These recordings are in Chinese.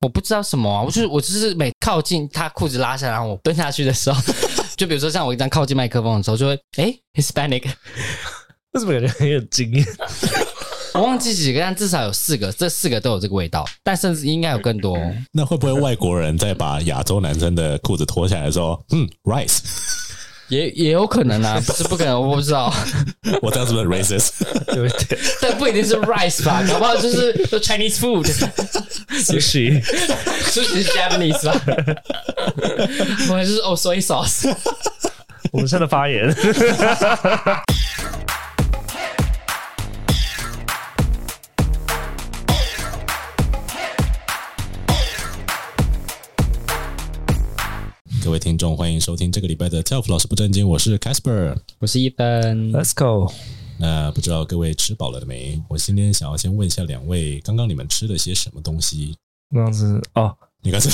我不知道什么啊，我就是我就是每靠近他裤子拉下来，然后我蹲下去的时候， 就比如说像我一旦靠近麦克风的时候，就会哎 Hispanic， 为什么感觉很有经验？我忘记几个，但至少有四个，这四个都有这个味道，但甚至应该有更多哦。那会不会外国人在把亚洲男生的裤子脱下来的时候， 嗯，rice， 也也有可能啊，不 是不可能，我不知 道，我这样是 不是 racist？对不对？但不一定是 rice 吧，搞不好就是就 Chinese food，苏西，就是 Japanese 吧， 我还是哦 soy sauce。我们现在发言。各位听众，欢迎收听这个礼拜的 Telf 老师不正经，我是 Casper。 我是一分， Let's go。那不知道各位吃饱了没？我今天想要先问一下两位，刚刚你们吃了些什么东西？那样子哦，你 看是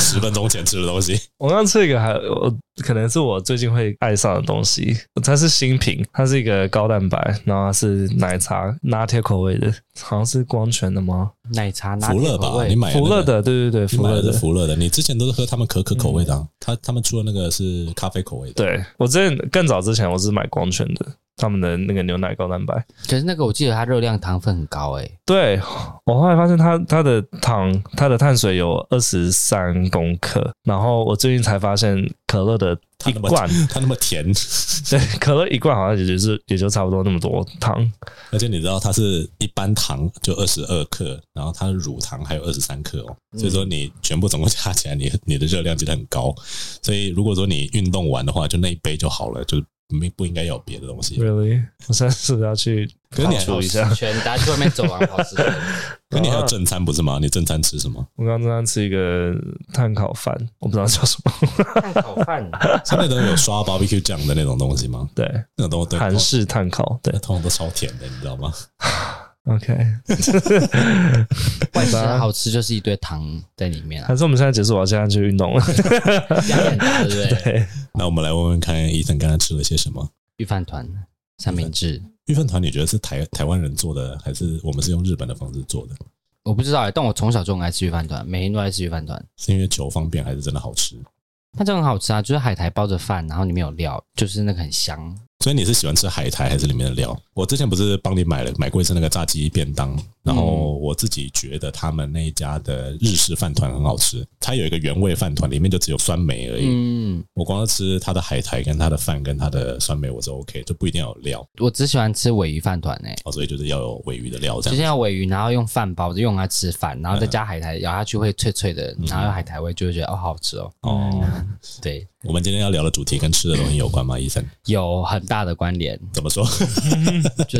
十分钟前吃的东 西，我刚吃一个还我可能是我最近会爱上的东西，它是新品，它是一个高蛋白，然后它是奶茶拿铁口味的，好像是光泉的吗？奶茶拿哦福铁乐口吧？味你买那福个乐，的，对对对，你福买乐的的是。福乐的。你之前都是喝他们可可口味的啊，他他们出的那个是咖啡口味的。对我之前更早之前我是买光泉的，他们的那个牛奶高蛋白。可是那个我记得它热量糖分很高诶、对我后来发现它它的糖它的碳水有二十三公克，然后我最近才发现可乐的它一那么罐，它那么甜，对可乐一罐好像也就是也就差不多那么多糖，而且你知道它是一般糖就二十二克，然后它的乳糖还有二十三克哦，嗯所以说你全部总共加起来，你你的热量真的很高。所以如果说你运动完的话，就那一杯就好了，就没不应该有别的东西。 Really？我现在是不是要去可是排你还除一下欸，？全大家去外面走完好吃的。 可你还有正餐不是吗？你正餐吃什么？我刚刚正在吃一个碳烤饭，我不知道叫什么。碳烤饭，它那种有刷 barbecue 酱的那种东西吗？对，那种东西韩都式碳烤。对那通常都超甜的，你知道吗？ ，OK。外食啊好吃就是一堆糖在里面啊 还，是我们现在结束，我要现在去运动了。 两点大对不对？对，那我们来问问看，伊森刚才吃了些什么？御饭团、三明治，玉饭团，你觉得是台台湾人做的，还是我们是用日本的方式做的？我不知道哎、但我从小就很爱吃御饭团，每天都爱吃御饭团。是因为求方便，还是真的好吃？它就很好吃啊，就是海苔包着饭，然后里面有料，就是那个很香。所以你是喜欢吃海苔还是里面的料？我之前不是帮你买了买过一次那个炸鸡便当，然后我自己觉得他们那一家的日式饭团很好吃，它有一个原味饭团，里面就只有酸梅而已。嗯，我光是吃它的海苔跟它的饭跟它的酸梅，我是 OK，就不一定要有料我只喜欢吃尾鱼饭团哎、哦，所以就是要有尾鱼的料这就样。像尾鱼，然后用饭包着用它吃饭，然后再加海苔，咬下去会脆脆嗯的，然后有海苔味就会觉得哦好好吃哦。哦，对，我们今天要聊的主题跟吃的东西有关吗？医生有很大的关联，怎么说？就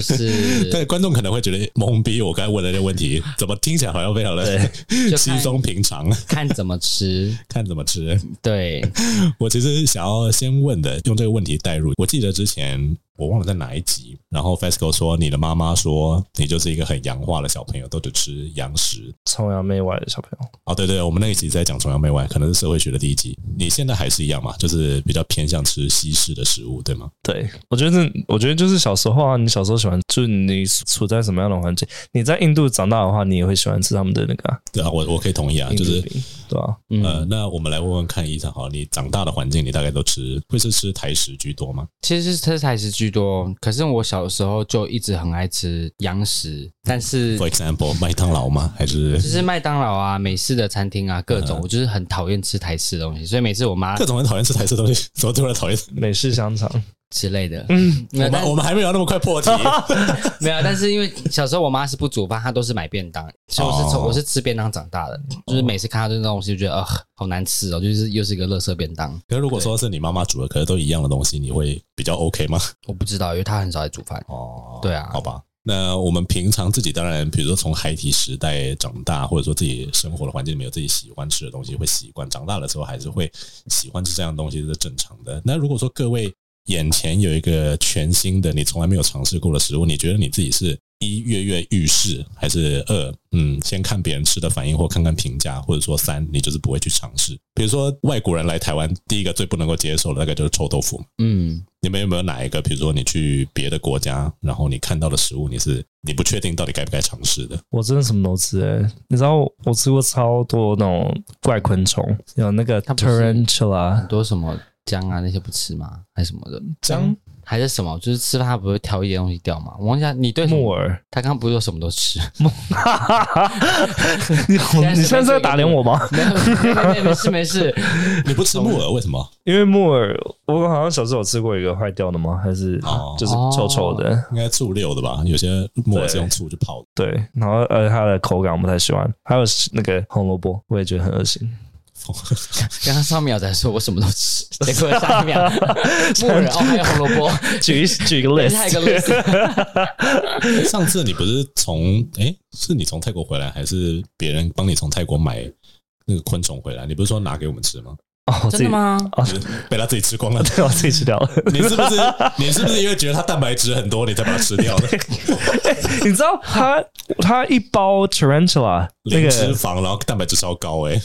对，是 观众可能会觉得懵逼，我刚才问的那问题怎么听起来好像非常的 就稀看松平常，看怎么吃。看怎么吃。 对，我其实想要先问的，用这个问题带入。我记得之前我忘了在哪一集，然后 FESCO 说你的妈妈说你就是一个很洋化的小朋友，都只吃洋食。崇洋媚外的小朋友，哦，对对，我们那一集在讲崇洋媚外，可能是社会学的第一集。你现在还是一样嘛，就是比较偏向吃西式的食物，对吗？对我觉得，我觉得就是小时候啊，你小时候喜欢，就是你处在什么样的环境，你在印度长大的话，你也会喜欢吃他们的那个啊、对啊，我我可以同意啊，印就度是饼，对啊，嗯，呃，那我们来问问看，医生好了，你长大的环境，你大概都吃会是吃台食居多吗？其实是吃菜食居多，可是我小时候就一直很爱吃洋食，但是 For example，麦当劳吗？还是就是麦当劳啊、美式的餐厅啊，各嗯种，我就是很讨厌吃台式的东西，所以每次我妈各种很讨厌吃台式的东西，怎么突然讨厌？美式香肠，之类的，嗯，没我有，但们我们还没有那么快破题。没有，但是因为小时候我妈是不煮饭，她都是买便当，所以我是从、哦我是吃便当长大的，就是每次看到这种东西，就觉得呃好难吃哦，就是又是一个垃圾便当，可是如果说是你妈妈煮的，可是都一样的东西，你会比较 OK 吗？我不知道，因为她很少在煮饭，哦对啊好吧。那我们平常自己当然，比如说从孩提时代长大，或者说自己生活的环境里面有自己喜欢吃的东西，会习惯。长大的时候还是会喜欢吃这样的东西，这是正常的。那如果说各位眼前有一个全新的，你从来没有尝试过的食物，你觉得你自己是一跃跃欲试，还是二嗯先看别人吃的反应或看看评价，或者说三你就是不会去尝试。比如说外国人来台湾，第一个最不能够接受的大概就是臭豆腐嘛。嗯，你们有没有哪一个，比如说你去别的国家，然后你看到的食物，你是你不确定到底该不该尝试的？我真的什么都吃诶、你知道我吃过超多那种怪昆虫，有那个它不是 tarantula，很多什么姜啊那些不吃吗？还是什么的姜还是什么？就是吃饭他不会挑一点东西掉吗？我忘记他你对什么木耳。他刚刚不是说什么都吃？ 你现在你现在是在打脸我吗？ 没有，没有没有没事没事。你不吃木耳为什么？因为木耳，我好像小时候有吃过一个坏掉的吗？还是哦就是臭臭的？应该醋溜的吧？有些木耳是用醋去泡的。对，然后呃，它的口感我不太喜欢，还有那个红萝卜，我也觉得很恶心。刚刚上一秒才说我什么都 吃，结果下一秒 木耳哦还有红萝卜，举一举一个下一个 list， list 上次你不是从诶、是你从泰国回来，还是别人帮你从泰国买那个昆虫回来？你不是说拿给我们吃吗？ 哦，我自真己的？吗？就是被他自己吃光了。 对，我自己吃掉了。 你是不是你是不是因为觉得它蛋白质很多，你才把它吃掉的？你知道它它一包 tarantula 那零脂个肪，然后蛋白质超高诶、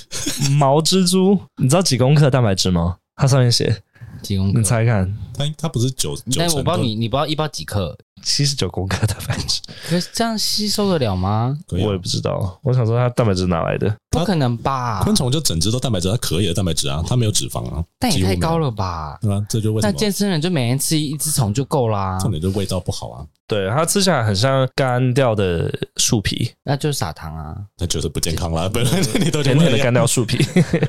毛蜘蛛，你知道几公克蛋白质吗？它上面写，几公克你？猜看，它它不是九九但成我不知道都你，你不知道一包几克，七十九公克蛋白质，可是这样吸收得了吗？可以啊我也不知道。我想说它蛋白质哪来的？不可能吧？啊昆虫就整只都蛋白质，它可以的蛋白质啊，它没有脂肪啊，但也几乎太没有高，了吧？对吧？这就为什那么健身人就每天吃一只虫就够啦，重点就是味道不好啊，对，它吃起来很像干掉的树皮，那就是撒糖啊。那就是不健康啦。本来你都甜讲甜的干掉树皮。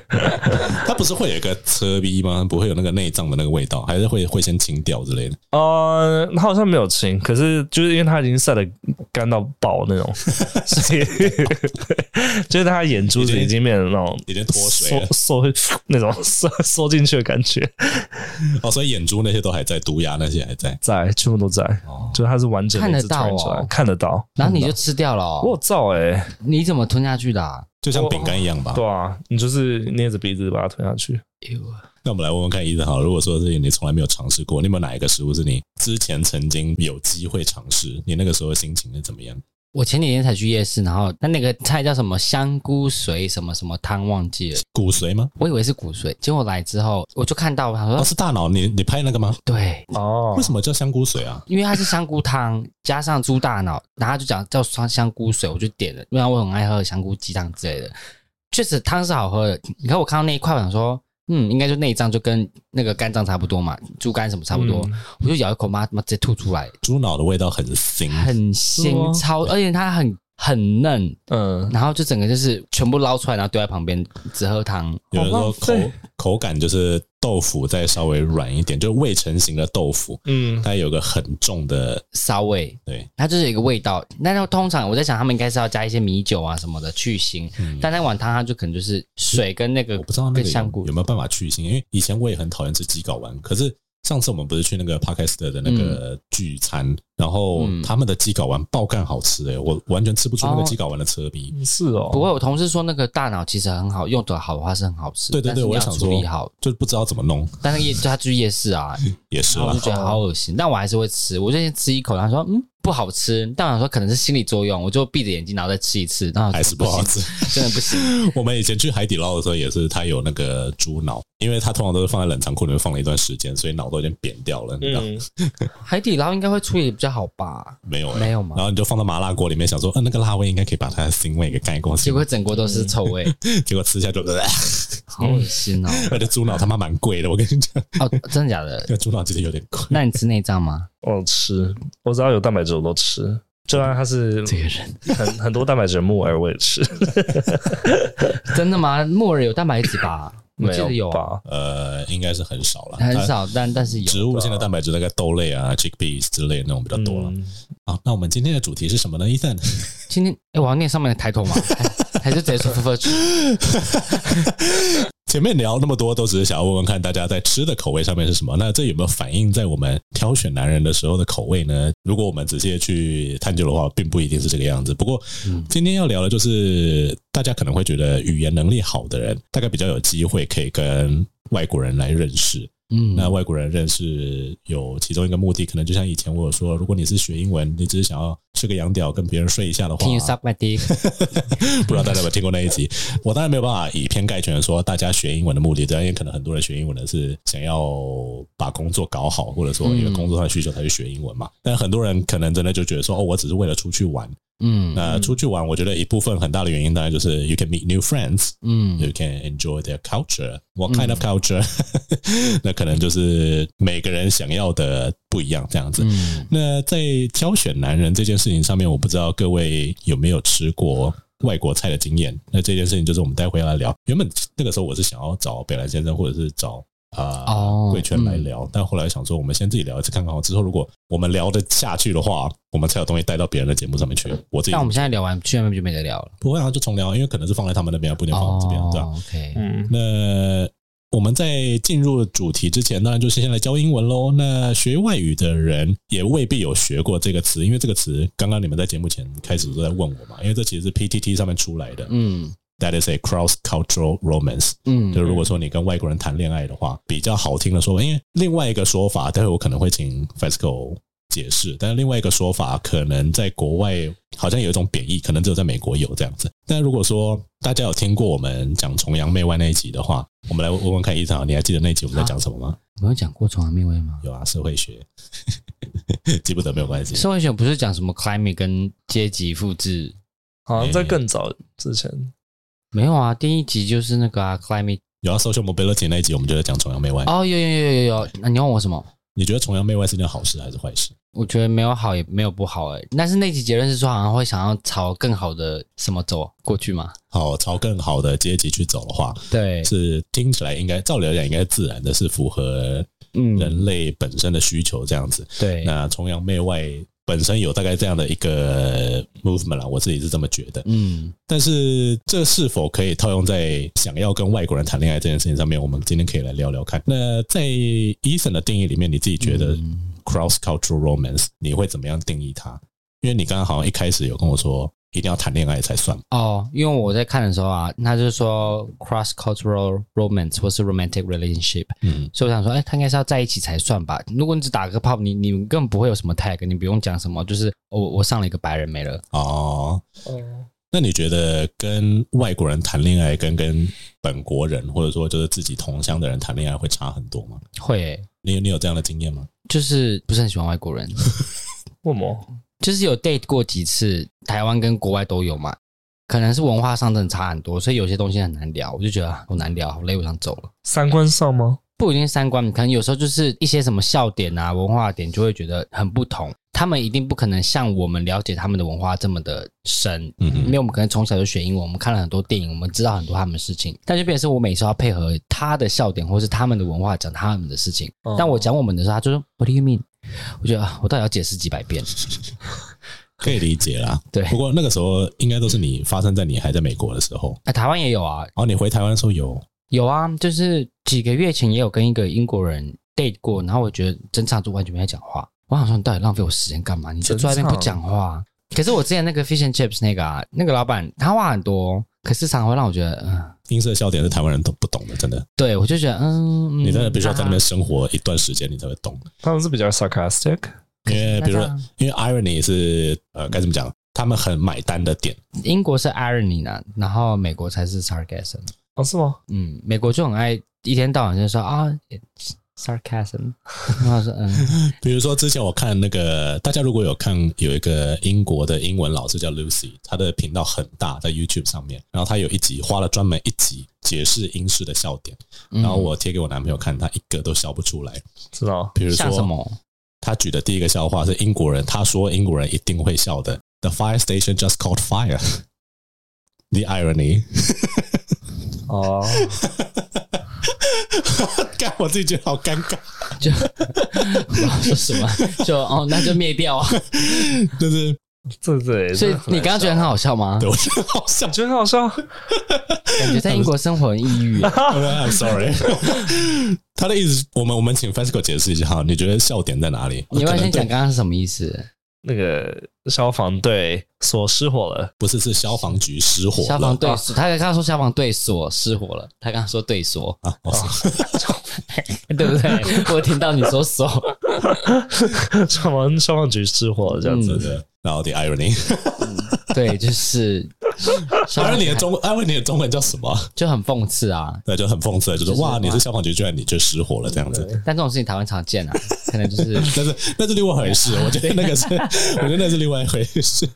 它不是会有一个车逼吗？不会有那个内脏的那个味道，还是会会先清掉之类的。 呃，它好像没有清，可是就是因为它已经晒得干到爆那种，所以 就是它眼珠子已经变成那种已经脱水啊了缩缩 那 种缩缩进去的感觉，哦，所以眼珠那些都还在，毒牙那些还在。在全部都在，哦，就是它是完整的看得一只到 tarantula，哦看得到。然后你就吃掉了哦、我有照哎、你怎么吞下去的、啊？就像饼干一样吧。对啊，你就是捏着鼻子把它吞下去。那我们来问问看，医生好了，如果说是你从来没有尝试过，你有没有哪一个食物是你之前曾经有机会尝试？你那个时候的心情是怎么样？我前几天才去夜市，然后那那个菜叫什么香菇髓什么什么汤忘记了，骨髓吗？我以为是骨髓，结果来之后我就看到，我想啊说、哦，是大脑，你你拍那个吗？对，哦为，什么叫香菇髓啊？因为它是香菇汤加上猪大脑，然后他就讲叫香香菇水，我就点了，因为我很爱喝香菇鸡汤之类的，确实汤是好喝的。你看我看到那一块，我想说，嗯，应该就内脏就跟那个肝脏差不多嘛，猪肝什么差不多，我就咬一口，妈妈直接吐出来，猪脑的味道很腥，很腥吗超，而且它很很嫩，嗯，然后就整个就是全部捞出来，然后丢在旁边，只喝汤。有人说好浪口费口感就是豆腐再稍微软一点，就是未成型的豆腐，嗯它有个很重的骚味，对，它就是有一个味道。那通常我在想，他们应该是要加一些米酒啊什么的去腥，嗯但那碗汤它就可能就是水跟那个我不知道那跟个香有菇有没有办法去腥，因为以前我也很讨厌吃鸡睾丸，可是上次我们不是去那个帕克斯特的那个聚餐，然后嗯他们的鸡睾丸爆干好吃诶、我完全吃不出那个哦鸡睾丸的车鼻。是哦，不会，我同事说那个大脑其实很好，用的好的话是很好吃。对对但是对，你我也要想处说理好，，就不知道怎么弄，但那个夜他去夜市 啊，也是然后我啦就。觉得好恶心，但我还是会吃。我就先吃一口，然后说嗯不好吃，但我想说可能是心理作用，我就闭着眼睛然后再吃一次，然后还是不好行，吃。真的不行。我们以前去海底捞的时候，也是它有那个猪脑，因为它通常都是放在冷藏库里面放了一段时间，所以脑都已经扁掉了，你知道、嗯，海底捞应该会处理得比较好吧？没有、欸？没有吗然后你就放到麻辣锅里面，想说，嗯、那个辣味应该可以把它的腥味给盖过去结，果整锅都是臭味，结果吃下就，好恶 心哦！而且猪脑他妈蛮贵的，我跟你讲。哦，真的假的？这个猪脑其实有点贵。那你吃内脏吗？我吃，我只要有蛋白质我都吃。就算 它是个人很很多蛋白质的木耳我也吃，真的吗？木耳有蛋白质吧？ 我没记得有，啊吧？呃，应该是很少了，很它少，但但是有。植物性的蛋白质大概豆类啊、chickpeas 之类的那种比较多了。嗯好，那我们今天的主题是什么呢？Ethan，今天哎，我要念上面的抬 头吗？还还是直接说 f u 前面聊那么多，都只是想要问问看大家在吃的口味上面是什么。那这有没有反映在我们挑选男人的时候的口味呢？如果我们直接去探究的话，并不一定是这个样子。不过今天要聊的就是，大家可能会觉得语言能力好的人，大概比较有机会可以跟外国人来认识。嗯，那外啊国人认识有其中一个目的，可能就像以前我有说，如果你是学英文，你只是想要吃个羊屌跟别人睡一下的话 Can you suck my dick？ 不知道大家有没有听过那一集？我当然没有办法以偏概全的说大家学英文的目的，对啊，因为可能很多人学英文的是想要把工作搞好，或者说因为工作上的需求才去学英文嘛。但很多人可能真的就觉得说，哦，我只是为了出去玩。嗯那出去玩，我啊觉得一部分很大的原因当然就是 you can meet new friends。嗯 You can enjoy their culture. What kind of culture？、那可能就是每个人想要的不一样，这样子。嗯，那在挑选男人这件事情上面，我不知道各位有没有吃过外国菜的经验。那这件事情就是我们待会要来聊。原本那个时候我是想要找北兰先生或者是找啊、呃哦贵圈来聊，但后来想说我们先自己聊一次看看哦。之后如果我们聊得下去的话，我们才有东西带到别人的节目上面去。我自己但我们现在聊完，去那边就没得聊了。哦不会啊，就重聊，因为可能是放在他们那边，不一定放这边，对啊吧、 o k 嗯，那我们在进入主题之前，当然就是先来教英文喽。那学外语的人也未必有学过这个词，因为这个词刚刚你们在节目前开始都在问我嘛，因为这其实是 PTT 上面出来的。嗯 That is a cross-cultural romance。就嗯如果说你跟外国人谈恋爱的话，比较好听的说法，因为另外一个说法，待会我可能会请 FESCO 解释，但是另外一个说法可能在国外好像有一种贬义，可能只有在美国有这样子。但如果说大家有听过我们讲崇洋媚外那一集的话，我们来问问看，伊场，你还记得那一集我们在讲什么吗？我有讲过崇洋媚外吗？有啊，社会学， 记不得没有关系。社会学不是讲什么 climate 跟阶级复制？好像在嗯更早之前，没有啊，第一集就是那个啊 climate。有啊，social mobility 那一集我们就在讲崇洋媚外。哦，有有有有有，那你问我什么？你觉得崇洋媚外是件好事还是坏事？我觉得没有好也没有不好哎、但是那集结论是说好像会想要朝更好的什么走过去嘛？好，朝更好的阶级去走的话，对，是听起来应该，照理来讲应该自然的是符合嗯，人类本身的需求这样子。嗯对，那崇洋媚外本身有大概这样的一个 movement 啦，我自己是这么觉得。嗯但是这是否可以套用在想要跟外国人谈恋爱这件事情上面？我们今天可以来聊聊看。那在 Eason 的定义里面，你自己觉得嗯 cross cultural romance 你会怎么样定义它？因为你刚刚好像一开始有跟我说，一定要谈恋爱才算。哦，因为我在看的时候啊，他就说 cross cultural romance 或是 romantic relationship，嗯，所以我想说，哎、他应该是要在一起才算吧。如果你只打个炮，你你根本不会有什么 tag，你不用讲什么，就是哦我我上了一个白人没了。哦，嗯哦，那你觉得跟外国人谈恋爱，跟跟本国人，或者说就是自己同乡的人谈恋爱，会差很多吗？会欸、你你有这样的经验吗？就是不是很喜欢外国人，为什么？就是有 date 过几次，台湾跟国外都有嘛。可能是文化上真的差很多，所以有些东西很难聊，我就觉得啊好难聊，好累，我想走了。三观上吗？不一定三观，可能有时候就是一些什么笑点啊、文化点，就会觉得很不同。他们一定不可能像我们了解他们的文化这么的深，嗯哼因为我们可能从小就学英文，我们看了很多电影，我们知道很多他们的事情，但就变成是我每次要配合他的笑点或是他们的文化讲他们的事情，哦但我讲我们的时候，他就说 What do you mean？我觉得啊我到底要解释几百遍？可以理解啦。对不过那个时候应该都是你发生在你还在美国的时候，啊，台湾也有啊，然后你回台湾的时候有有啊，就是几个月前也有跟一个英国人 date 过，然后我觉得整场就完全没在讲话。我想说，你到底浪费我时间干嘛？你就坐在那边不讲话。 可是我之前那个 fish and chips 那个啊，那个老板他话很多，可是常常会让我觉得，嗯、音色笑点是台湾人都不懂的，真的，对我就觉得，嗯，你真的必须要在那边啊生活一段时间，你才会懂。他们是比较 sarcastic，因为比如 那这说样，因为 irony 是呃该怎么讲，他们很买单的点。英国是 irony 呢，然后美国才是 sarcasm。哦，是吗？嗯，美国就很爱一天到晚就说啊，it's sarcasm，然后说嗯，比如说之前我看那个，大家如果有看有一个英国的英文老师叫 Lucy，她的频道很大，在 YouTube 上面，然后她有一集花了专门一集解释英式的笑点，嗯然后我贴给我男朋友看，他一个都笑不出来。知道比如像什说，么？ 他举的第一个笑话是英国人，他说英国人一定会笑的，The fire station just caught fire。The irony， 哦，干我自己觉得好尴尬，就我要说什么？就哦，那就灭掉啊！就是这这，所以你刚刚觉得很好，好笑吗对？我觉得好笑你。觉得很好笑？感觉在英国生活很抑 郁。 I'm sorry，他的意思，我们我们请 FESCO 解释一下哈，你觉得笑点在哪里？你要不要可能先对讲刚刚是什么意思？那个消防队所失火了。 不是是消防局失火了，啊消防对锁，他刚刚说消防对锁失火了，他刚刚说对 锁，啊，哦对不 对？我听到你说锁，消防消防局失火了，这样子。嗯真的。然后 the irony，对， 就是当然你的中文，irony 的中文叫什么？就很讽刺啊。对，就很讽刺，就是就是哇，哇你是消防局，居然你就失火了这样子。但这种事情台湾常见啊，可能 就是但是那是另外一回事，我觉得那个 是，我觉得那是另外一回事。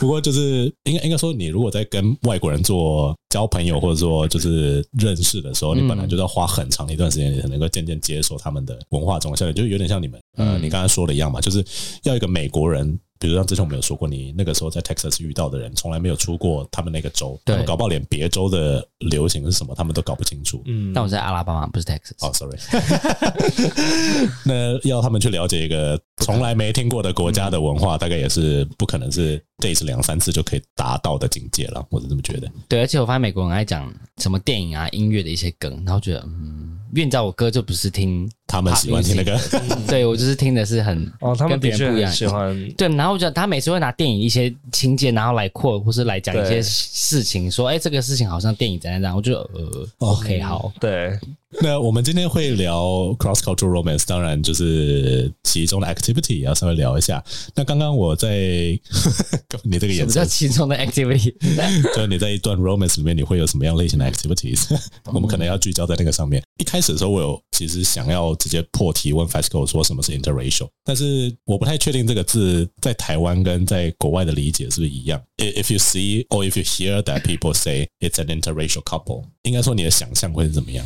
不过就是应该应该说，你如果在跟外国人做交朋友或者说就是认识的时候，你嗯本来就是要花很长一段时间，你才能够渐渐接受他们的文化中下，就有点像你们呃，嗯你刚才说的一样嘛，就是要一个美国人。比如像之前我们有说过，你那个时候在 Texas 遇到的人，从来没有出过他们那个州，他对们搞不好连别州的流行是什么，他们都搞不清楚。嗯，但我在阿拉巴马，不是 Texas。哦、s o r r y 那要他们去了解一个从来没听过的国家的文化，大概也是不可能是这一次两三次就可以达到的境界了，我是这么觉得。对，而且我发现美国人爱讲什么电影啊、音乐的一些梗，然后觉得嗯，因为你知道我哥就不是 听，他们喜欢听那个，对我就是听的是很哦，他们跟别的人确不一很样喜欢，对，然后我觉得他每次会拿电影一些情节，然后来扩，或是来讲一些对事情，说哎、这个事情好像电影怎样怎样，我就呃、哦嗯 OK 好，对，那我们今天会聊 cross cultural romance，当然就是其中的 activity 也要稍微聊一下。那刚刚我在 你这个什眼么叫神，其中的 activity？ 就是你在一段 romance 里面，你会有什么样类型的 activities？我们可能要聚焦在那个上面。一开始的时候，我有其实想要直接破题问 Fasco 说什么是 interracial，但是我不太确定这个字在台湾跟在国外的理解是不是一样。I- If you see or if you hear that people say it's an interracial couple，应该说你的想象会是怎么样？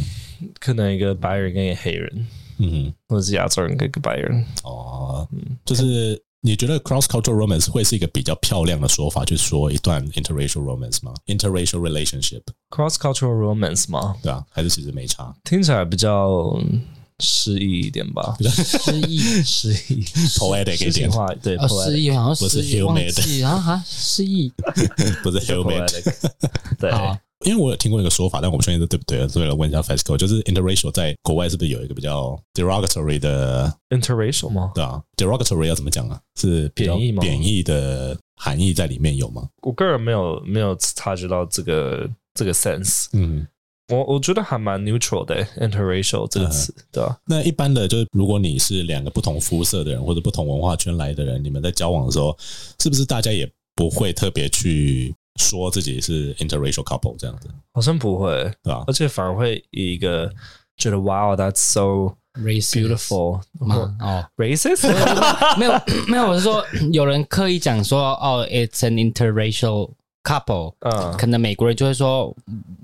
可能一个白人跟一个黑人，嗯或者是亚洲人跟一个白人。哼，哦，就是你觉得 cross cultural romance 会是一个比较漂亮的说法去说一段 interracial romance 吗？interracial relationship， Cross cultural romance 嘛，对吧？还是其实没差？听起来比较诗意一点吧，失忆诗 意 Poetic 一诗点情画对哦，失忆好像不是失忆忘 humid 记啊哈，失忆 不是 helmet。 ，poetic，对，啊 好，因为我有听过一个说法，但我不确定这对不对，所以来问一下 FESCO，就是 interracial 在国外是不是有一个比较 derogatory 的， interracial 吗？对啊，derogatory 要怎么讲啊？是比较贬义吗贬义的含义在里面有吗？我个人没有没有察觉到这个这个 sense，嗯，我我觉得还蛮 neutral 的 interracial 嗯这个词，对吧？那一般的就是如果你是两个不同肤色的人或者不同文化圈来的人，你们在交往的时候，是不是大家也不会特别去说自己是 interracial couple 这样子，好像不会，对吧而？且反而会以一个觉得 wow that's so ，race beautiful 嘛哦。 racist 没有 没有，我是 说有人刻意讲说哦，it's an interracial couple，、嗯可能美国人就会说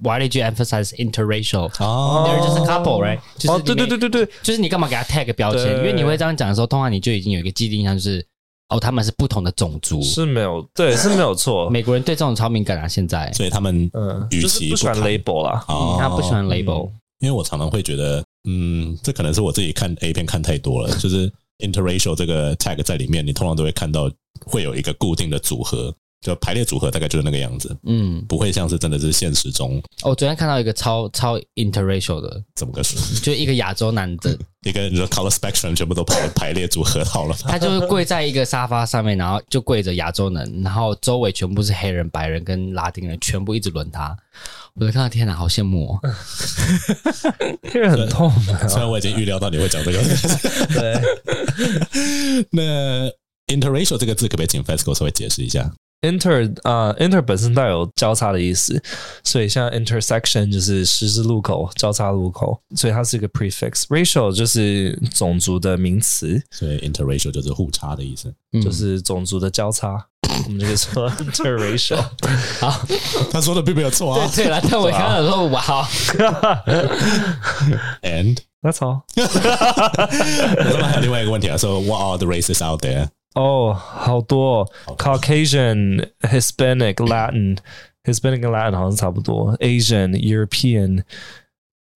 ，why did you emphasize interracial？哦 They're 呃 just a couple, right？就是哦，里对对面对对对，就是你干嘛给他 tag 标签？对因为你会这样讲的时候，通常你就已经有一个既定印象，就是哦，他们是不同的种族。是没有，对是没有错，美国人对这种超敏感啊，现在、所以他们嗯，与就是其不喜欢谈 label 啦，哦他不喜欢 label，、因为我常常会觉得，嗯，这可能是我自己看 A 片看太多了，就是 interracial 这个 tag 在里面，你通常都会看到会有一个固定的组合，就排列组合大概就是那个样子，嗯，哦不会像是真的是现实中我昨天看到一个超超 interracial 的，怎么个 就一个亚洲男的，一个人的 color spectrum 全部都排排列组合好了吧？他就是跪在一个沙发上面，然后就跪着亚洲人，然后周围全部是黑人、白人跟拉丁人，全部一直轮他。我就看到天哪，好羡慕哦！因为很痛的，虽然我已经预料到你会讲这个，对。 那 interracial 这个字可不可以请 FESCO 稍微解释一下？ inter 啊、i n t e r 本身带有交叉的意思，所以像 intersection 就是十字路口、交叉路口，所以它是一个 prefix。racial 就是种族的名词，所以 interracial 就是互差的意思。嗯就是种族的交叉， 我们就可以说 interracial。好，他说的并没有错啊对对了，但我看到说哇， And That's all。我这边还有另外一个问题啊，说 What are the races out there？哦，好多哦 Caucasian、Hispanic、Latin、Hispanic 跟 Latin 好像差不多，Asian、European。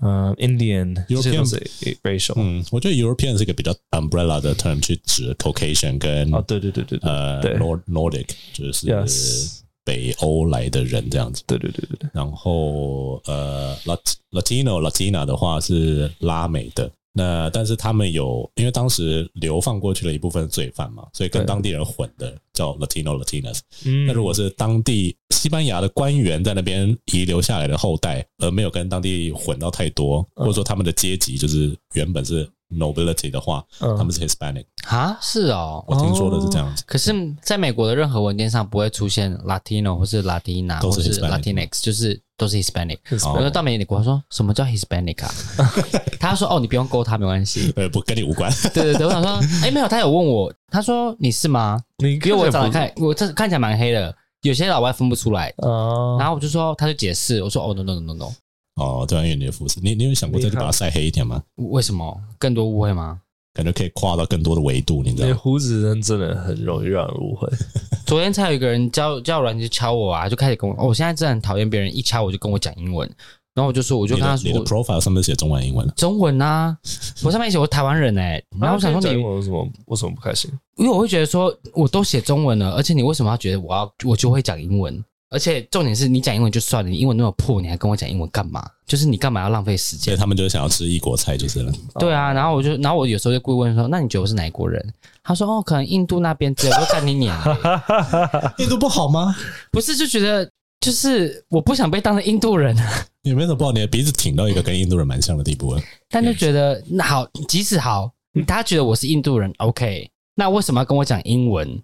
呃、i n d i a n 这些都是 racial。嗯，我觉得 European 是一个比较 umbrella 的 term 去指 Caucasian 跟、哦，对对对对对，呃对 Nord Nordic，就是 Yes 北欧来的人这样子。对对对对对，然后呃，Lat Latino Latina 的话是拉美的，那但是他们有，因为当时流放过去了一部分罪犯嘛，所以跟对当地人混的叫 Latino Latinas。嗯那如果是当地西班牙的官员在那边遗留下来的后代，而没有跟当地混到太多，或者说他们的阶级就是原本是 nobility 的话，嗯他们是 Hispanic。啊，是哦。我听说的是这样子。可是，在美国的任何文件上不会出现 Latino 或是 Latina 都或是是 Hispanic Latinx，就是都是 Hispanic。 Hispanic 我就到美国他说什么叫 Hispanic 啊？ 他说哦，你不用勾他，没关系。呃，不跟你无关， 对对对，我想说，哎、没有，他有问我，他说你是吗？你因为我长得不看，我这看起来蛮黑的，有些老外分不出来。啊嗯然后我就说，他就解释，我说哦，no no no no no，哦，对啊，因为你的肤色，你你有想过再去把它晒黑一点吗？为什么更多误会 吗？感觉可以跨到更多的维度，你知你道的吗？胡子真真的很容易让人误会。昨天才有一个人叫叫软就敲我啊，就开始跟我，哦、我现在真的很讨厌别人一敲我就跟我讲英文，然后我就说，我就你跟他的说你的 profile 上面写中文、英文，中文 啊，我上面写我台湾人哎、然后我想说你，我为什么为什么不开心？因为我会觉得说我都写中文了，而且你为什么要觉得我要我就会讲英文？而且重点是你讲英文就算了，你英文那么破，你还跟我讲英文干嘛？就是你干嘛要浪费时所以间？他们就是想要吃异国菜就是了。对啊，然后我就，然后我有时候就故意问说，那你觉得我是哪一国人？他说哦，可能印度那边之类的，我就看你脸， 印度不好吗？不是就觉得就是我不想被当成印度人啊。 也没什么不好，你的鼻子挺到一个跟印度人蛮像的地步了。但就觉得那好，即使好，嗯他觉得我是印度人，OK，那为什么要跟我讲英文？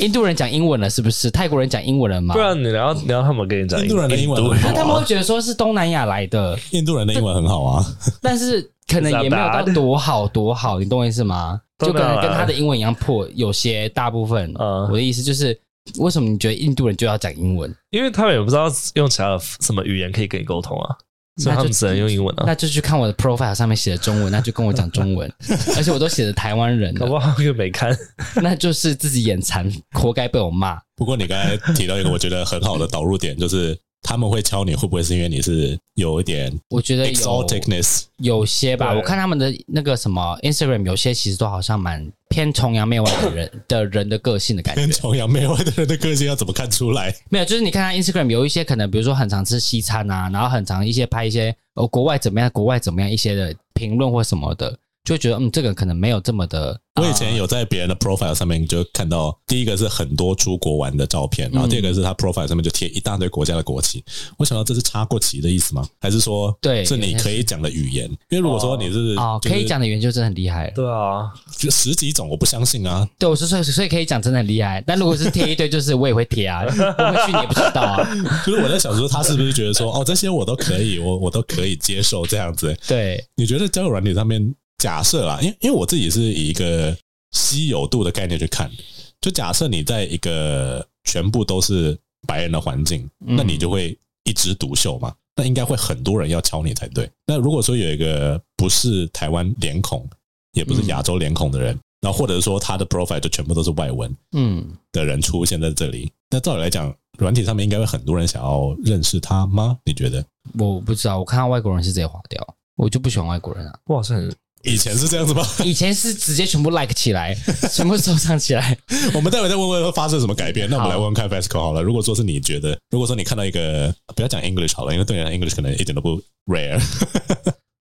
印度人讲英文了是不是？泰国人讲英文了吗？不然你聊聊他们跟你讲印度人的英文印度很那他好们啊会，觉得说是东南亚来的，印度人的英文很好啊。但是可能也没有到多好多好，你懂我意思吗？就可能跟他的英文一样破，有些大部分。嗯嗯我的意思就是，为什么你觉得印度人就要讲英文？因为他们也不知道用其他的什么语言可以跟你沟通啊，所以他们只能用英文啊那。就去看我的 profile 上面写的中文，那就跟我讲中 文，而且我都写的台湾人了搞不好又没看，那就是自己眼馋，活该被我骂。不过你刚才提到一个我觉得很好的导入点，就是他们会敲你，会不会是因为你是有一点我觉得有 exoticness？有些吧，对我看他们的那个什么 Instagram，有些其实都好像蛮偏崇洋媚外的人的人的个性的感跟觉。崇洋媚外的人的个性要怎么看出来？没有，就是你看他 Instagram 有一些可能，比如说很常吃西餐啊，然后很常一些拍一些呃国外怎么样，国外怎么样一些的评论或什么的，就会觉得嗯，这个可能没有这么的。啊我以前有在别人的 profile 上面就看到，第一个是很多出国玩的照嗯片，然后第二个是他 profile 上面就贴一大堆国家的国旗。我想到这是插过旗的意思吗？还是说对是你可以讲的语言？因为如果说你是哦，就是可以讲的原就真的很厉害了。对啊，就十几种，我不相信啊。对，我是说，所以可以讲真的很厉害。但如果是贴一堆，就是我也会贴 啊，我会去你也不知道啊。就是我在想说，他是不是觉得说，哦，这些我都可以，我我都可以接受这样子？对，你觉得交友软体上面，假设啊，因为因为我自己是以一个稀有度的概念去看，就假设你在一个全部都是白人的环境，那你就会一枝独秀嘛。那应该会很多人要敲你才对。那如果说有一个不是台湾脸孔，也不是亚洲脸孔的人，那或者说他的 profile 就全部都是外文嗯。的人出现在这里，那照理来讲，软体上面应该会很多人想要认识他吗？你觉得？我不知道，我看到外国人是直接划掉，我就不喜欢外国人啊。我好像很以前是这样子吗？ 以前是直接全部 like 起 来，全部收藏起来。 我们待会再问问会发生什么改变。那我们来问问看 FESCO 好了。如果说是你觉得，如果说你看到一个，不要讲 English 好了，因为对你来讲 English 可能一点都不 rare。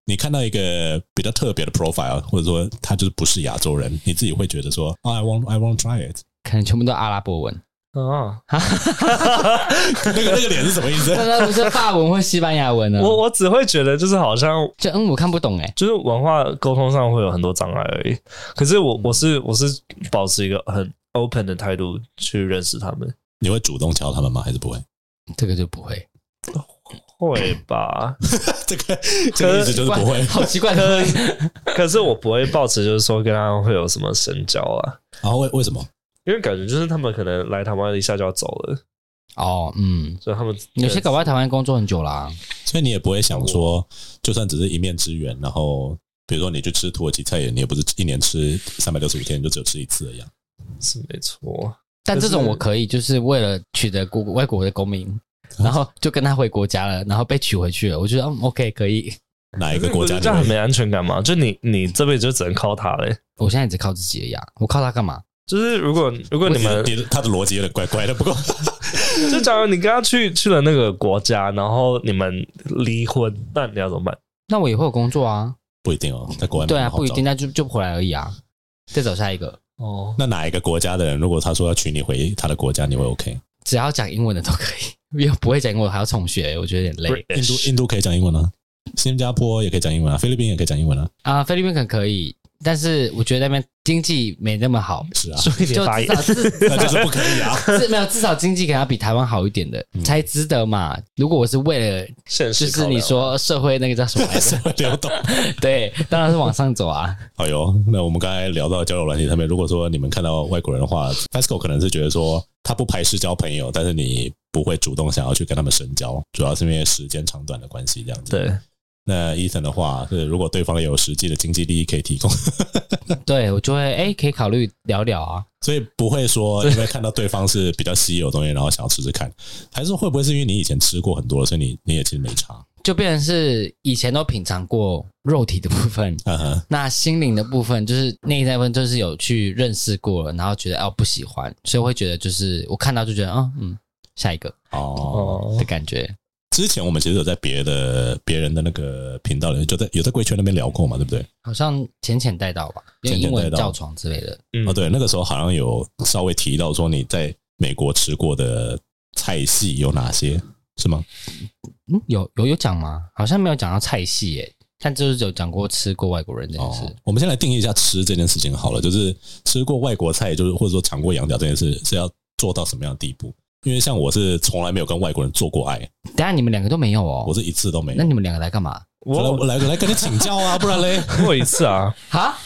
你看到一个比较特别的 profile，或者说他就是不是亚洲人，你自己会觉得说、啊 i want I want try it。 可能全部都阿拉伯文，啊，那个那个脸是什么意思？ 那那不是法文或西班牙文呢？啊我我只会觉得就是好像就嗯，我看不懂哎、就是文化沟通上会有很多障碍而已。可是嗯我我是我是保持一个很 open 的态度去认识他们，你会主动敲他们吗？还是不会？这个就不会。会 吧？这个这个意思就是不会哇。 好奇怪的。可是我不会抱持就是说跟他们会有什么深交啊，然后为为什么？因为感觉就是他们可能来台湾一下就要走了，哦，嗯，所以他们有些搞不好在台湾工作很久啦、所以你也不会想说，就算只是一面之缘，然后比如说你去吃土耳其菜，你也不是一年吃三百六十五天，你就只有吃一次啊一样。是没错。但这种可是我可以，就是为了取得国外国的公民，然后就跟他回国家了，然后被取回去了。我觉得嗯，OK，可以。哪一个国可是家你这样会很没安全感嘛？就你你这辈子就只能靠他嘞。我现在只靠自己而已啊，我靠他干嘛？就是如果如果你们你的他的逻辑有点怪怪的，不过就假如你跟他去去了那个国家，然后你们离婚，那你要怎么办？那我也会有工作啊。不一定哦，在国外对没那啊，么好不一找定，那就就回来而已啊。再走下一个，哦，那哪一个国家的人，如果他说要娶你回他的国家，你会 OK？只要讲英文的都可以， 因为不会讲英文还要重学，我觉得有点累印度印度可以讲英文啊，新加坡也可以讲英文啊，菲律宾也可以讲英文啊，啊、菲律宾可能可以，但是我觉得那边经济没那么好，是啊，注意就点发至言少。至那就是不可以 啊。至没有至少经济可能要比台湾好一点的、才值得嘛。如果我是为了现就实是你说社会那个叫什么来着？流动。对，当然是往上走啊。哎呦，那我们刚才聊到交友软体上面，如果说你们看到外国人的话，Fasco 可能是觉得说他不排斥交朋友，但是你不会主动想要去跟他们深交，主要是因为时间长短的关系这样子。对，那 Ethan 的话是，如果对方有实际的经济利益可以提供，对我就会哎、可以考虑聊聊啊。所以不会说因为看到对方是比较稀有的东西，然后想要吃吃看，还是会不会是因为你以前吃过很多，所以你你也其实没差？就变成是以前都品尝过肉体的部分，嗯哼，那心灵的部分就是那一部分，就是有去认识过了，然后觉得哦不喜欢，所以会觉得就是我看到就觉得哦嗯，下一个哦。哦的，感觉。之前我们其实有在别的别人的那个频道里，就在有在贵圈那边聊过嘛，对不对？好像浅浅带到吧，用浅浅英带文到叫床之类的，嗯哦，对，那个时候好像有稍微提到说你在美国吃过的菜系有哪些，是吗？嗯，有有有讲吗？好像没有讲到菜系耶、但就是有讲过吃过外国人这件事。哦，我们先来定义一下吃这件事情好了，就是吃过外国菜，就是或者说尝过羊角这件事是要做到什么样的地步？因为像我是从来没有跟外国人做过爱，等一下你们两个都没有哦，我是一次都没那有。你们两个来干嘛？我来我来来跟你请教啊，不然嘞，过一次啊，哈？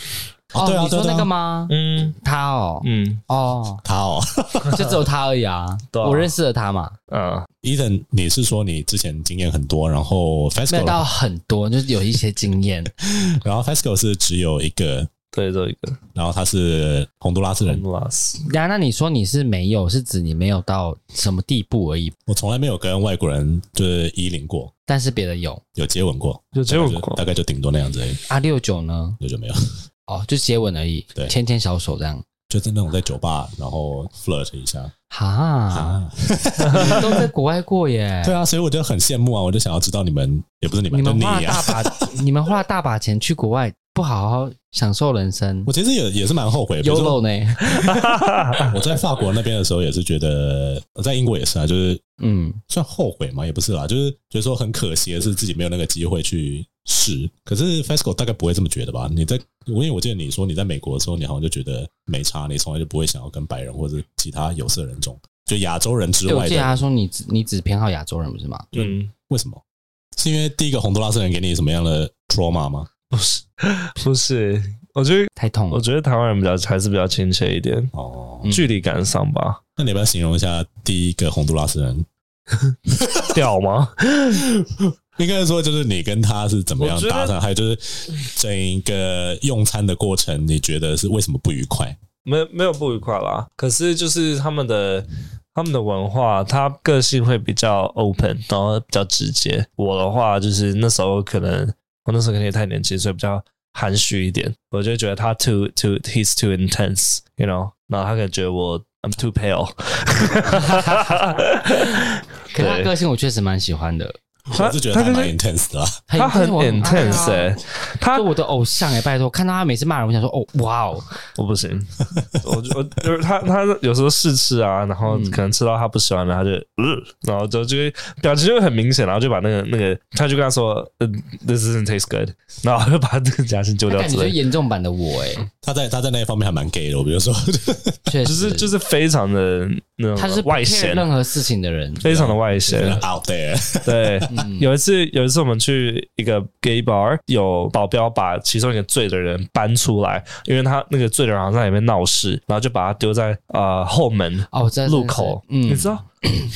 哦对啊你说对啊对啊那个吗？嗯他哦，嗯 哦，他哦就只有他而已啊。对啊我认识了他嘛，啊， ，Ethan，你是说你之前经验很多，然没后有 Fasco，到很多，就是有一些经验。然后 Fasco 是只有一个，对，这一个然后他是洪都拉斯人， last，那那你说你是没有，是指你没有到什么地步而已，我从来没有跟外国人就是依邻过，但是别的有。有接吻过，就只有大概就大概就顶多那样子而已，啊，六九呢？那就没有， 哦，就接吻而已对，牵牵小手这样。就是那种在酒吧然后 flirt 一下哈，啊，你都在国外过耶。 对啊，所以我就很羡慕啊，我就想要知道你们，也不是你们，哎你就们你花了啊大，把， 你们花了大把钱去国外，不好好享受人生我其实也也是蛮后悔，比如，YOLO 说呢？我在法国那边的时候也是觉得，我在英国也是啊，就是嗯，算后悔嘛，也不是啦，就是觉得说很可惜的是自己没有那个机会去试。可是 FESCO 大概不会这么觉得吧？你在，因为我记得你说你在美国的时候，你好像就觉得没差，你从来就不会想要跟白人或者其他有色人种，就亚洲人之对，我外记得他的，啊说你只你只偏好亚洲人不是吗？嗯，为什么？是因为第一个洪都拉斯人给你什么样的 trauma 吗？不是不是，我觉得太痛我了，觉得台湾人比较还是比较亲切一点，哦，嗯距离感上吧，那你要不要形容一下第一个洪都拉斯人？屌吗？应该说就是你跟他是怎么样我觉得搭上，还有就是整一个用餐的过程，你觉得是为什么不愉快？没没有不愉快啦，可是就是他们的他们的文化，他个性会比较 open，然后比较直接。我的话就是那时候可能我那时候可能也太年轻，所以比较含蓄一点。我就觉得他 too too he's too intense，you know，然后他可能觉得我 I'm too pale。可是他对个性我确实蛮喜欢的，我是觉得他蛮 intense 的 啦。啊他很但是我爱啊 intense 哎、他就我的偶像哎、拜托，看到他每次骂人，我想说哦，哇哦，我不行，我就我就是他他有时候试吃啊，然后可能吃到他不喜欢的，他就呃，然后就就会表情就会很明显，然后就把那个那个，他就跟他说，呃，this doesn't taste good，然后就把这个夹心揪他掉感之觉就是类的，严重版的我哎、他在他在那一方面还蛮 gay 的，我比如说，确就实是就是非常的那他是种不外 care 显，任何事情的人，非常的外显， out there，对。嗯，有一次，有一次我们去一个 gay bar，有保镖把其中一个醉的人搬出来，因为他那个醉的人好像在里面闹事，然后就把他丢在呃后门哦，我真的路口，嗯，你知道？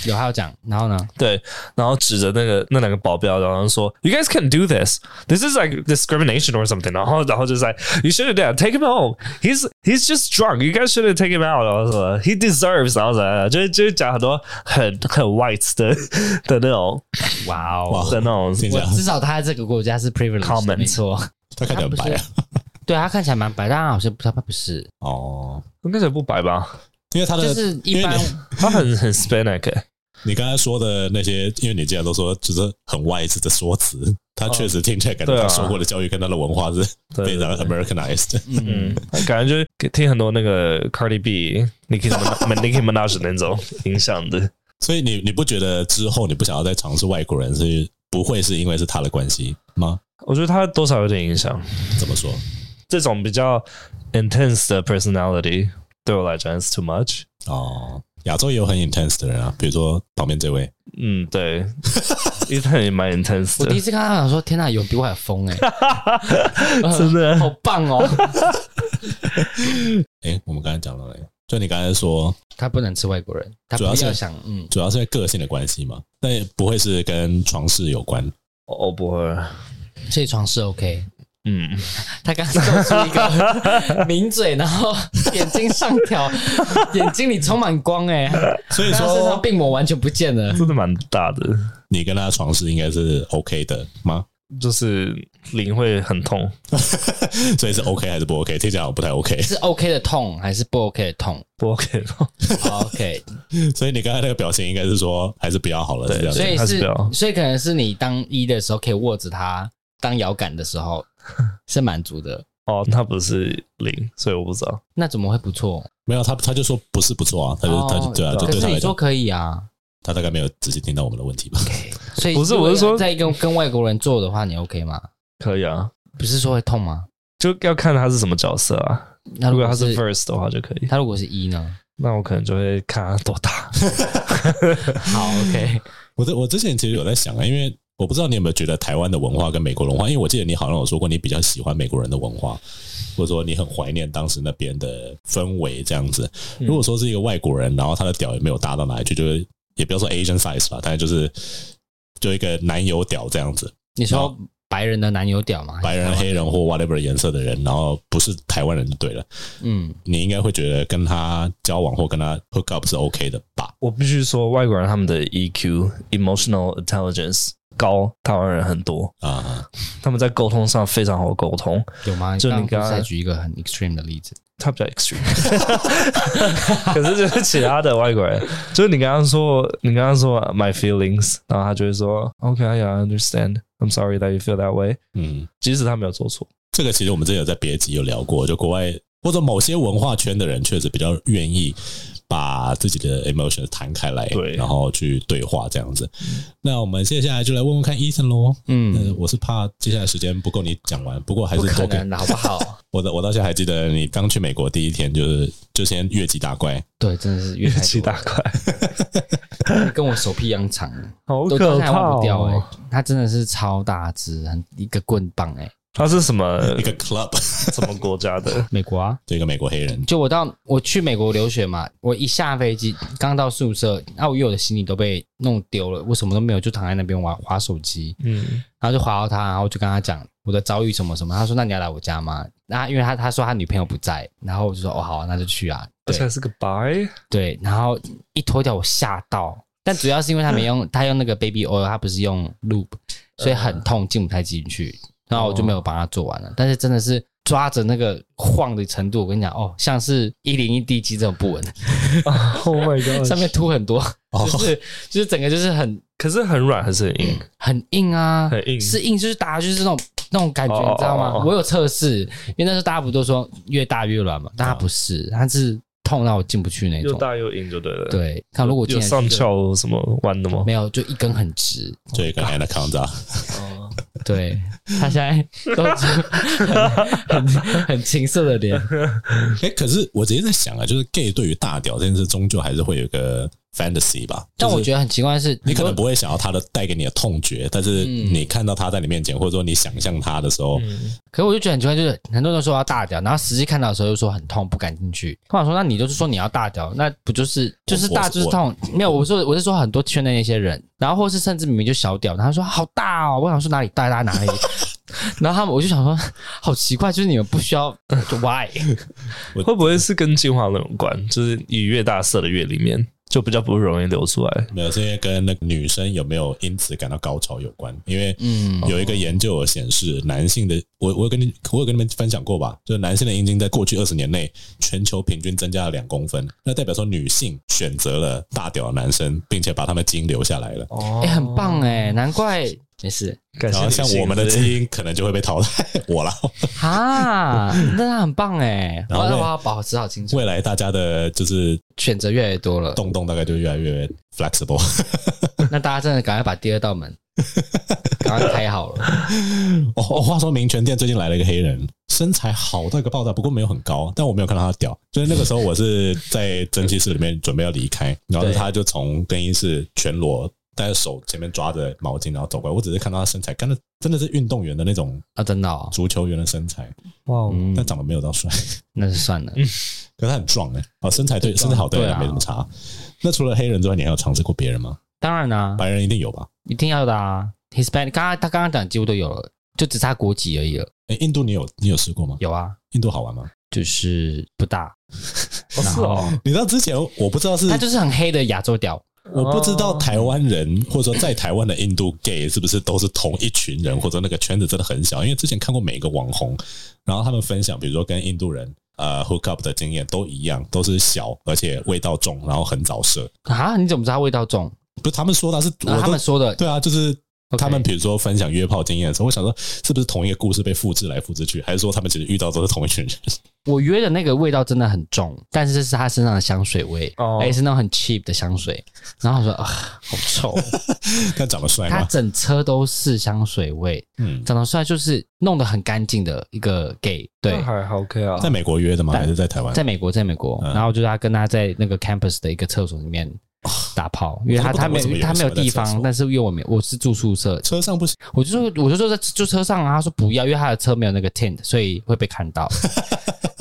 有还有讲，然后呢，对，然后指着那个那两个保镖，然后说，You guys can do this. This is like discrimination or something. 然后然后就是 like You should have take him home. He's he's just drunk. You guys should have take him out. 然后说 He deserves. 然后怎样，就是就是讲很多很很 white 的 的那种哇哇哦，的那种。听起我来至少他在这个国家是 privilege，的 Comment 没错，他看起来很白啊对他看起来蛮白，但他好像他不是，哦，应该是不白吧？因为他的、就是一般因为他很很 Hispanic，欸你刚才说的那些，因为你既然都说就是很外置的说辞，他他确实听起来感觉对啊他受过的教育跟他的文化是对非常对 Americanized。嗯，感觉就是听很多那个 Cardi B、Nicki Minaj、Nicki Minaj 那种影响的。所以你你不觉得之后你不想要再尝试外国人是不会是因为是他的关系吗？我觉得他多少有点影响。怎么说？这种比较 intense 的 personality 对我来讲 is too much。哦，亚洲也有很 intense 的人啊，比如说旁边这位，嗯，对，伊藤也蛮 intense 我第一的，次看到，想说天哪，有人比我还疯哎、 真的 好棒哦！诶，我们刚才讲到哪里？就你刚才说，他不能吃外国人，他主不要是要想嗯，主要是因为个性的关系嘛，但也不会是跟床事有关。我我哦不会。所以床是 OK。嗯，他刚刚露出一个抿嘴，然后眼睛上挑，眼睛里充满光哎、所以 但他身上说，病魔完全不见了。真的蛮大的，你跟他的床事应该是 OK 的吗？ 就是灵会很痛。所以是 OK 还是不 OK？听起来好像不太 OK。 是 OK 的痛还是不 OK 的痛不 OK 的，好？OK，所以你刚才那个表情应该是说还是比较好了，对是这样子所以还是是不要所以可能是你当一的时候可以握着它，当摇杆的时候是满足的， 哦，他不是零，所以我不知道。那怎么会不错？没有他，他就说不是不错啊，他就、哦他就对啊，就可对是他你来说讲，可以啊，他大概没有仔细听到我们的问题吧。所以不是如果我是说要在跟跟外国人做的话，你 OK 吗？可以啊，不是说会痛吗？就要看他是什么角色啊。那如如果果他是是 first 的话就可以，他如果是一呢？那我可能就会看他多大。好，OK，我之我之前其实有在想啊，因为我不知道你有没有觉得台湾的文化跟美国文化，因为我记得你好像有说过你比较喜欢美国人的文化，或者说你很怀念当时那边的氛围这样子。嗯如果说是一个外国人，然后他的屌也没有大到哪里去，就是也不要说 Asian size 吧，但就是就一个男友屌这样子， 你说白人的男友屌吗？白人、黑人或 whatever 颜色的人，然后不是台湾人就对了，嗯，你应该会觉得跟他交往或跟他 hook up 是 OK 的吧？我必须说，外国人他们的 EQ emotional intelligence 高，台湾人很多，啊、他们在沟通上非常好沟通，有吗？就你刚刚刚刚再举一个很 extreme 的例子，他比较 extreme。可是就是其他的外国人，就是你刚刚说，你刚刚说 my feelings，然后他就会说 OK，I、yeah, understand。I'm sorry that you feel that way。嗯。即使他没有做错，这个其实我们之前有在别集有聊过，就国外或者某些文化圈的人确实比较愿意把自己的 emotion 摊开来，对然后去对话这样子。那我们接下来就来问问看 Ethan 喽。嗯，嗯，我是怕接下来时间不够你讲完，不过还不是可多给能的好不好？我的。我到现在还记得你刚去美国第一天，就是就先越级打怪，对，真的是越越太级多打怪，了跟我手屁一样长， 好我到可现在还怕忘不掉哎、哦！他真的是超大只，很一个棍棒哎、他是 什么一个 club 什么国家的？美国啊，就一个美国黑人，就我到我去美国留学嘛，我一下飞机刚到宿舍，那我以为我的行李都被弄丢了，我什么都没有，就躺在那边玩划手机，嗯，然后就划到他，然后我就跟他讲我的遭遇什么什么，他说那你要来我家吗？那因为他他说他女朋友不在，然后我就说哦好、啊，那就去啊，而对且还是个 白，对，然后一脱掉我吓到，但主要是因为他没 用，他用那个 baby oil，他不是用 loop，所呃以很痛，进不太进去。然后我就哦没有帮他做完了，但是真的是抓着那个晃的程度，我跟你讲哦，像是一零一地基这种不稳， Oh my god！上面凸很多，哦就是就是整个就是很可是很软还是很硬？很硬啊，很硬是硬就是打就是那种那种感觉，哦你知道吗哦哦哦？我有测试，因为那时候大家不都说越大越软嘛，但它不是，它是痛到我进不去那哦又种。大又硬就对了。，对，看如果我进有得去上就翘什么弯的吗没？有，就一根很直。就一个 anaconda。 哦对他现在都是很 很很青涩的脸，哎、可是我直接在想啊，就是 gay 对于大屌这件事，终究还是会有一个 fantasy 吧。但就是我觉得很奇怪的是，你可能不会想要他的带给你的痛觉，但是嗯你看到他在你面前，或者说你想象他的时候，嗯可是我就觉得很奇怪，就是很多人都说要大屌，然后实际看到的时候又说很痛，不敢进去。我想说，那你就是说你要大屌，那不就是就是大就是痛？没有，我说我是说很多圈内那些人，然后或是甚至明明就小屌，然后说好大哦，我想说哪里大大哪里。 然后他们我就想说，好奇怪，就是你们不需要 why？会不会是跟进化论有关？就是你越大色的越里面，就比较不容易流出来。没有，是因为跟那个女生有没有因此感到高潮有关。因为嗯有一个研究有显示，男性的我我有跟你我有跟你们分享过吧，就是男性的阴茎在过去二十年内全球平均增加了两公分，那代表说女性选择了大屌的男生，并且把他们基因留下来了。哦哎、很棒哎、难怪没事感谢然后女像性我们的之类基因可能就会被淘汰，我啦。啊，那很棒哎！我然后要为我要保持好清楚，未来大家的就是选择越来越多了，洞洞大概就越来越 flexible。那大家真的赶快把第二道 门赶快开好了。哦，哦话说民权店最近来了一个黑人，身材好到一个爆炸，不过没有很高，但我没有看到他的屌。就是那个时候我是在蒸汽室里面准备要离开，然后对他就从更衣室全裸，但是手前面抓着毛巾，然后走过来。我只是看到他身材，看的真的是运动员的那种啊，真的哦，足球员的身材，哇哦，嗯，但长得没有到帅，那就算嗯了。可是他很壮哎、哦，身材对身材好对对啊没什么差。那除了黑人之外，你还有尝试过别人吗？当然啦，白人一定有吧？一定要的啊。Hispanic，刚刚他刚刚讲几乎都有了，就只差国籍而已了。哎、印度你有你有试过吗？有啊，印度好玩吗？就是不大，哦是哦，你知道之前我不知道是他就是很黑的亚洲屌。我不知道哦台湾人或者说在台湾的印度 gay 是不是都是同一群嗯人，或者那个圈子真的很小。因为之前看过每个网红，然后他们分享，比如说跟印度人呃 hook up 的经验都一样，都是小而且味道重，然后很早射。啊，你怎么知道味道重？不是他们说他是，那我他都们说的，对啊，就是。他们 OK 比如说分享约炮经验的时候，我想说是不是同一个故事被复制来复制去，还是说他们其实遇到都是同一群人？ 我约的那个味道真的很重，但是这是他身上的香水味，哎哦而且是那种很 cheap 的香水。然后我说啊，好臭，但长得帅他吗？整车都是香水味，嗯，长得帅就是弄得很干净的一个 gay。对那，还好 OK 啊在，美国约的吗？还是在台湾？在美国，在美国，嗯哦然后就是他跟他在那个 campus 的一个厕所里面打炮，因为他我都不懂他没为什么有他没有人喜欢在地厕方所，但是因为我没我是住宿舍，车上不行，我就说我就说在就车上啊，他说不要，因为他的车没有那个 tent，所以会被看 到。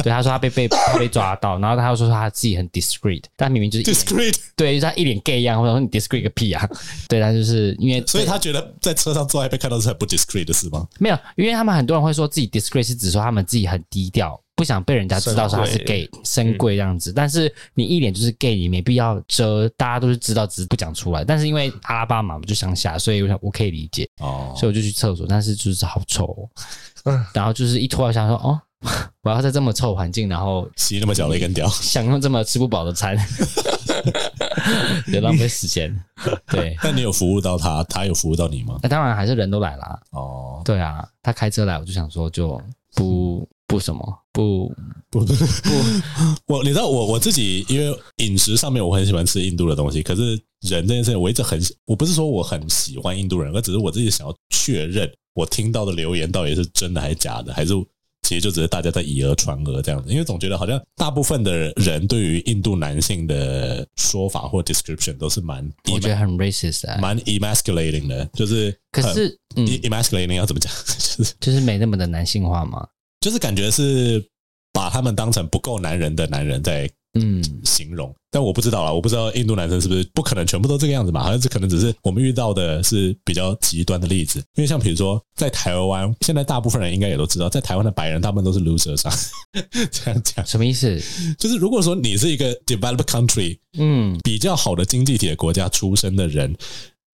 对，他说他被被他被抓到，然后他又说他自己很 discreet，但明明 就是一脸 discreet，对，就是他一脸 gay 一样，我想说你 discreet 个屁啊！对，他就是因为所以他觉得在车上做爱被看到是很不 discreet 的事吗？没有，因为他们很多人会说自己 discreet 是指说他们自己很低调，不想被人家知道说他是深 gay 深贵这样子。但是你一脸就是 gay，你没必要遮，大家都是知道，只是不讲出来。但是因为阿拉巴马嘛，就乡下，所以我想我可以理解，哦，所以我就去厕所，但是就是好臭、哦，嗯然后就是一脱来想说哦。 我要在这么臭的环境，然后吸那么小的一根屌，享用这么吃不饱的餐， 也浪费时间。对，但你有服务到他，他有服务到你吗？那当然还是人都来啦，哦，对啊，他开车来，我就想说就不不什么不我你知道我我自己，因为饮食上面我很喜欢吃印度的东西，可是人这件事情我一直很，我不是说我很喜欢印度人，而只是我自己想要确认我听到的留言到底是真的还是假的，还是。其实就只是大家在以讹传讹这样子，因为总觉得好像大部分的人对于印度男性的说法或 description 都是蛮我觉得很 racist 啊。蛮 emasculating 的，就是可很是，嗯， e- emasculating 要怎么讲？ 就是就是没那么的男性化嘛。就是感觉是把他们当成不够男人的男人在嗯，形容，但我不知道啦，我不知道印度男生是不是不可能全部都这个样子嘛？好像是可能只是我们遇到的是比较极端的例子，因为像比如说在台湾，现在大部分人应该也都知道，在台湾的白人他们都是 loser 上， 这样讲什么意思？就是如果说你是一个 developed country，嗯，比较好的经济体的国家出生的人，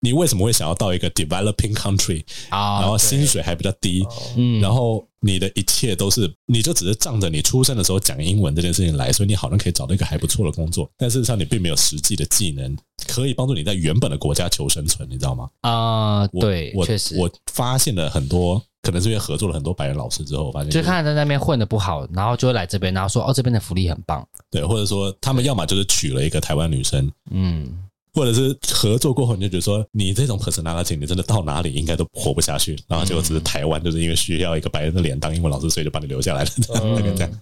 你为什么会想要到一个 developing country？啊，然后对哦薪，水还比较低，嗯，然后后你的一切都是，你就只是仗着你出生的时候讲英文这件事情来，所以你好像可以找到一个还不错的工作，但事实上你并没有实际的技能可以帮助你在原本的国家求生存，你知道吗？啊，我对，我确实，我发现了很多，可能是因为合作了很多白人老师之后，我发现就看他在那边混的不好，然后就会来这边，然后说哦，这边的福利很棒。对，或者说他们要么就是娶了一个台湾女生。嗯，或者是合作过后，你就觉得说，你这种 personality，你真的到哪里应该都活不下去。然后结果只是台湾，就是因为需要一个白人的脸当英文老师，所以就把你留下 来了。嗯大概这样。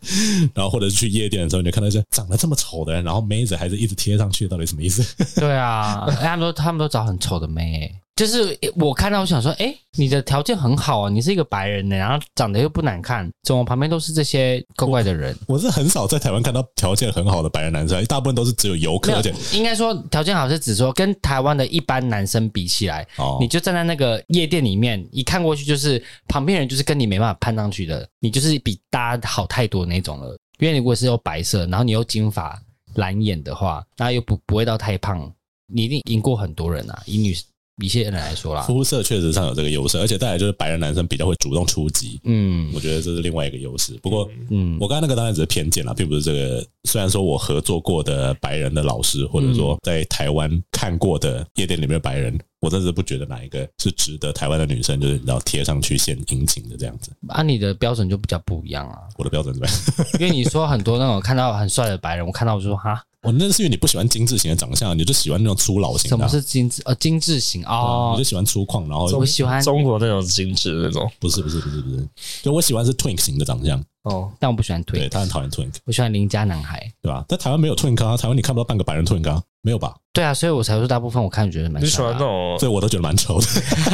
然后或者是去夜店的时候，你就看到一些长得这么丑的人，然后妹子还是一直贴上去，到底什么意思？ 对啊，哎他们都他们都找很丑的妹、欸就是我看到我想说，哎、你的条件很好啊，你是一个白人呢、然后长得又不难看，怎么旁边都是这些怪怪的人？我是很少在台湾看到条件很好的白人男生，大部分都是只有游客，而且应该说条件好是指说跟台湾的一般男生比起来，哦你就站在那个夜店里面，一看过去就是旁边人就是跟你没办法攀上去的，你就是比大家好太多那种了。因为你如果是有白色，然后你又金发蓝眼的话，那又不不会到太胖，你一定赢过很多人啊。以女一些人来说啦，肤色确实上有这个优势，而且再来就是白人男生比较会主动出击，嗯我觉得这是另外一个优势。不过嗯我刚才那个当然只是偏见啦，并不是这个。虽然说我合作过的白人的老师，或者说在台湾看过的夜店里面的白人，我真是不觉得哪一个是值得台湾的女生就是然后贴上去献殷勤的这样子。按啊你的标准就比较不一样啊，我的标准怎么样？ 因为你说很多那种看到很帅的白人，我看到我就说哈，我那是因为你不喜欢精致型的长相，你就喜欢那种粗老型的什啊、么是精致呃精致型你哦就，喜欢粗犷，然后我喜欢，中国那种精致的那种不是不是不是不是，就我喜欢是 twink 型的长相，哦，但我不喜欢对推，他很讨厌 twink，我喜欢邻家男孩。对吧？在台湾没有 twink 啊，台湾你看不到半个白人 twink 啊，没有吧？对啊，所以我才说大部分我看觉得蛮你喜帅欢那的啊。种所以我都觉得蛮丑的。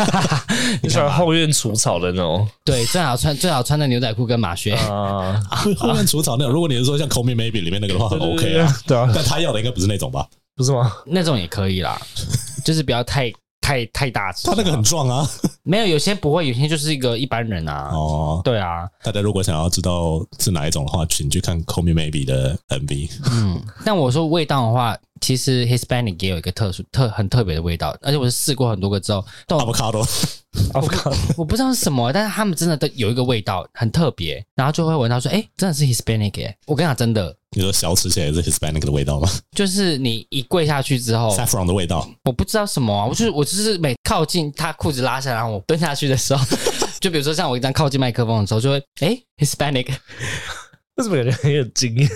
你喜欢后院除草的那种对，最好穿最好穿的牛仔裤跟马靴。啊？后面除草那种，如果你是说像 Call Me Maybe 里面那个的话，很 OK 啊。，对啊， 但他要的应该不是那种吧？不是吗？那种也可以啦，就是不要太太太大只。他那个很壮啊。没有，有些不会，有些就是一个一般人啊。哦，对啊，大家如果想要知道是哪一种的话，请去看 Call Me Maybe 的 MV。嗯。但我说味道的话，其实 Hispanic 也有一个特殊特很特别的味道，而且我是试过很多个之后，但 我 Avocado 啊，不靠，我不知道是什么，但是他们真的都有一个味道很特别，然后就会闻到说，哎、真的是 Hispanic 耶、我跟你讲，真的。你说小吃起来也是 Hispanic 的味道吗就是你一跪下去之后， ？Saffron 的味道，我不知道什么啊，我就是我就是每靠近他裤子拉下来，然后我蹲下去的时候， 就比如说像我一张靠近麦克风的时候，就会哎、Hispanic， 为什么感觉很有经验？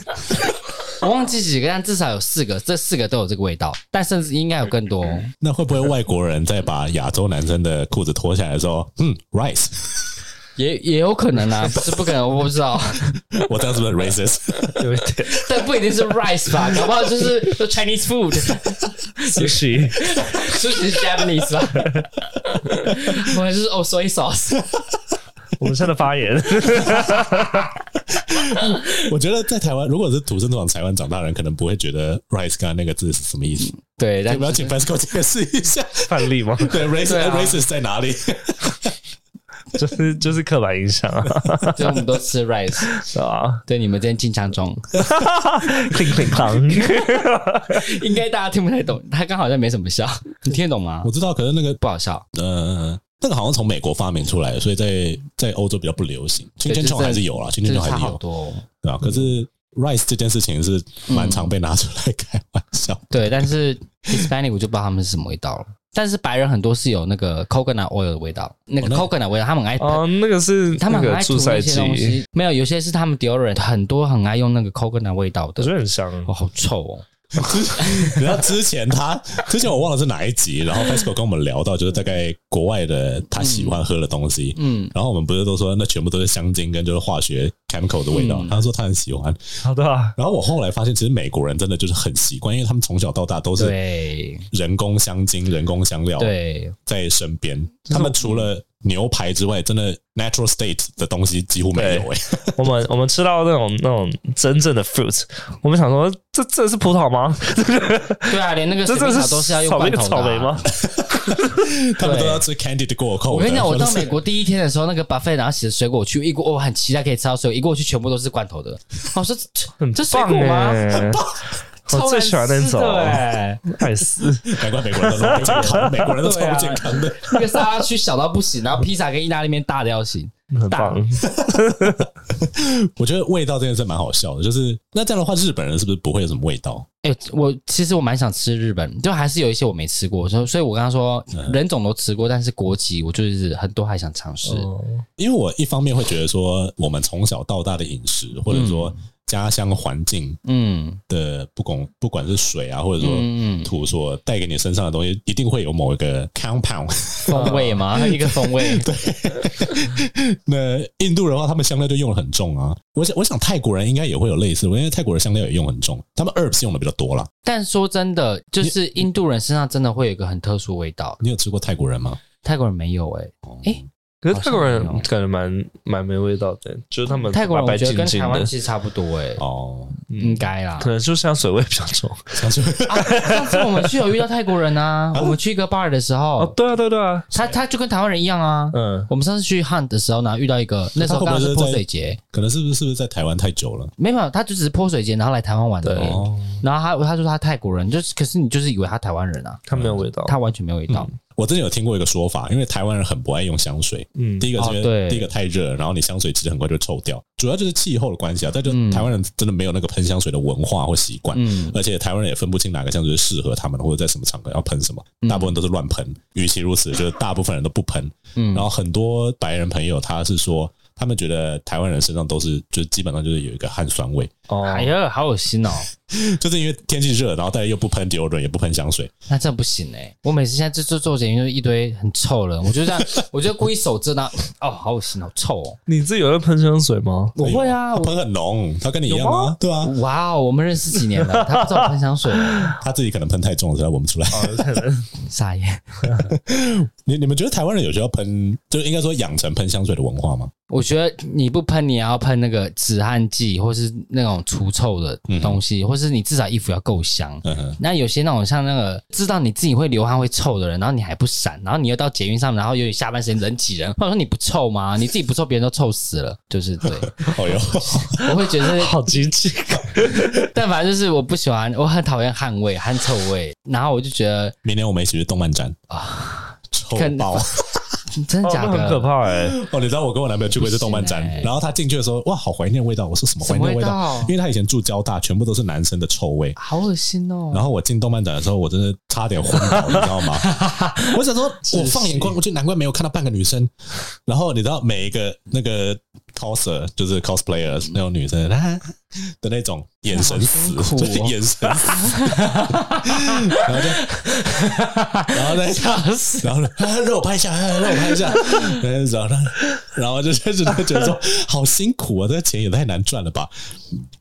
我忘记几个，但至少有四个，这四个都有这个味道，但甚至应该有更多。哦那会不会外国人在把亚洲男生的裤子脱下来的时候，嗯，rice， 也也有可能啊，不是不可能，我不知道， 我这样是不是 racist？ 有一 点但不一定是 rice 吧，搞不好就是就 Chinese food， sushi，就是 Japanese 吧， 我还是哦 soy sauce， 我们现在发言， 我觉得在台湾，如果是土生土长台湾长大的人，可能不会觉得 rice 刚刚那个字是什么意思。对，要但不要请 Pascal 解释一下？范例吗？对，racist 对啊 racist 在哪里？就是就是刻板印 象啊，所以我们都吃 rice，是 吧？对，你们今天进枪中。 clink clink clink，应该大家听不太懂，他刚好像没什么笑，你听得懂吗我？知道，可是那个不好笑，呃，那个好像从美国发明出来的，所以在在欧洲比较不流行。青对千就创是还是有啦，青真千的创差还是好有，多、哦。对吧？可是 rice 这件事情是蛮常被拿出来开玩 笑。对，但是 Hispanic 我就不知道他们是什么味道了。但是白人很多是有那个 coconut oil 的味道，那个哦那 coconut 味道，他们很爱喷。 哦，那个 是他们那很个爱涂助赛那些东剂，西，没有有些是他们 deodorant 很多很爱用那个 coconut 味道我觉的，得很香。啊哦，好臭哦！然后之前他之前我忘了是哪一集，然后 Pascal 跟我们聊到，就是大概国外的他喜欢喝的东西。嗯，然后我们不是都说那全部都是香精跟就是化学 chemical 的味道，嗯他说他很喜欢。好的啊，然后我后来发现，其实美国人真的就是很习惯，因为他们从小到大都是对人工香精、人工香料，对，在身边。他们除了牛排之外，真的 natural state 的东西几乎没有欸诶、我们我们吃到那种那种真正的 fruit，我们想说这这是葡萄吗？ 对啊，连那个这水这蜜桃是都是要用草莓罐头的啊草莓吗？ 他们都要吃 candy 的过口的。我跟你讲，我到或者美是国第一天的时候，那个 buffet 然后写的水果区，一过我很期待可以吃到水果，一过去全部都是罐头的。我说这很这水棒果吗？欸超我最难喜欢那吃种，的哎，爱死！ 难怪美国人都这么不健康，美国人都超不健康 的。那个沙拉区小到不行，然后披萨跟意大利面大的要行。很大棒，我觉得味道这件事蛮好笑的，就是那这样的话，日本人是不是不会有什么味道？哎、我其实我蛮想吃日本，就还是有一些我没吃过，所以所以我跟他说人种都吃过，但是国籍我就是很多还想尝试。哦因为我一方面会觉得说，我们从小到大的饮食，或者说家乡环境嗯的不管不管是水啊，或者说嗯嗯土所带给你身上的东西，一定会有某一个 compound。风味嘛，一个风味。那印度人的话，他们香料就用的很重啊。我想，我想泰国人应该也会有类似，我因为泰国人香料也用很重，他们 herbs 用的比较多啦。但说真的，就是印度人身上真的会有一个很特殊的味道，你有吃过泰国人吗？泰国人没有哎、诶可是泰国人好像没有感觉蛮蛮没味道的，就是他们泰国人白我白觉得净跟净台湾的，嗯其实差不多哎、哦，应该啦 啊可。能就香水味比较重。想说 上次我们去有遇到泰国人啊，我们去一个 bar 的时哦，候，对啊，对啊对啊，他他就跟台湾人一样啊。嗯，我们上次去 hunt 的时候呢，遇到一个那时候刚好是泼水节，可能是不是是不是在台湾太久了？没有，他就只是泼水节，然后来台湾玩的而已。哦，然后他他说他泰国人，就是可是你就是以为他台湾人啊，他没有味道，他完全没有味道。我之前有听过一个说法，因为台湾人很不爱用香水。嗯第一个是因哦为对第一个太热，然后你香水其实很快就会臭掉，主要就是气候的关系啊。但就嗯台湾人真的没有那个喷香水的文化或习惯，嗯，而且台湾人也分不清哪个香水是适合他们，或者在什么场合要喷什么，嗯大部分都是乱喷。与其如此，就是大部分人都不喷。嗯然后很多白人朋友他是说，他们觉得台湾人身上都是，就是基本上就是有一个汗酸味，哦，哎呀，好恶 心哦！就是因为天气热，然后大家又不喷 deodorant，也不喷香水，那真的不行哎、我每次现在就做做节目，就是一堆很臭的人，我就这样， 我就故意手遮呢，哦，好恶心，好臭哦！你自己有在喷香水吗？我会啊，哎他我喷很浓，他跟你一样啊，对啊，哇哦，我们认识几年了，他不知道我喷香水 了，他自己可能喷太重了，所以他闻不出来。哦傻眼。 你你们觉得台湾人有需要喷，就是应该说养成喷香水的文化吗？我觉得你不喷，你也要喷那个止汗剂，或是那种除臭的东西，或是你至少衣服要够香。嗯哼，那有些那种像那个知道你自己会流汗会臭的人，然后你还不闪，然后你又到捷运上，然后又有下班时间人挤人，或者说你不臭吗？你自己不臭，别人都臭死了，就是对。哦哟，我会觉得，好极致，但反正就是我不喜欢，我很讨厌汗味、汗臭味，然后我就觉得明年我们一起去动漫展啊，臭看爆！真的哦假那的，很可怕哎。哦，你知道我跟我男朋友去过一次动漫展不行，欸然后他进去的时候，哇，好怀念味道。我说什么怀念味什么道味道？因为他以前住交大，全部都是男生的臭味。好恶心哦。然后我进动漫展的时候，我真的差点昏倒，你知道 吗？我想说，我放眼光过去，难怪没有看到半个女生。然后你知道，每一个那个 coser 就是 cosplayer 那种女生啊的那种眼神死，好辛苦就哦是眼神死， 然后就，然后再笑死！然后呢，啊让我拍一下，啊让我拍一下， 然后呢，然后就开始就觉得说，好辛苦啊，这个钱也太难赚了吧！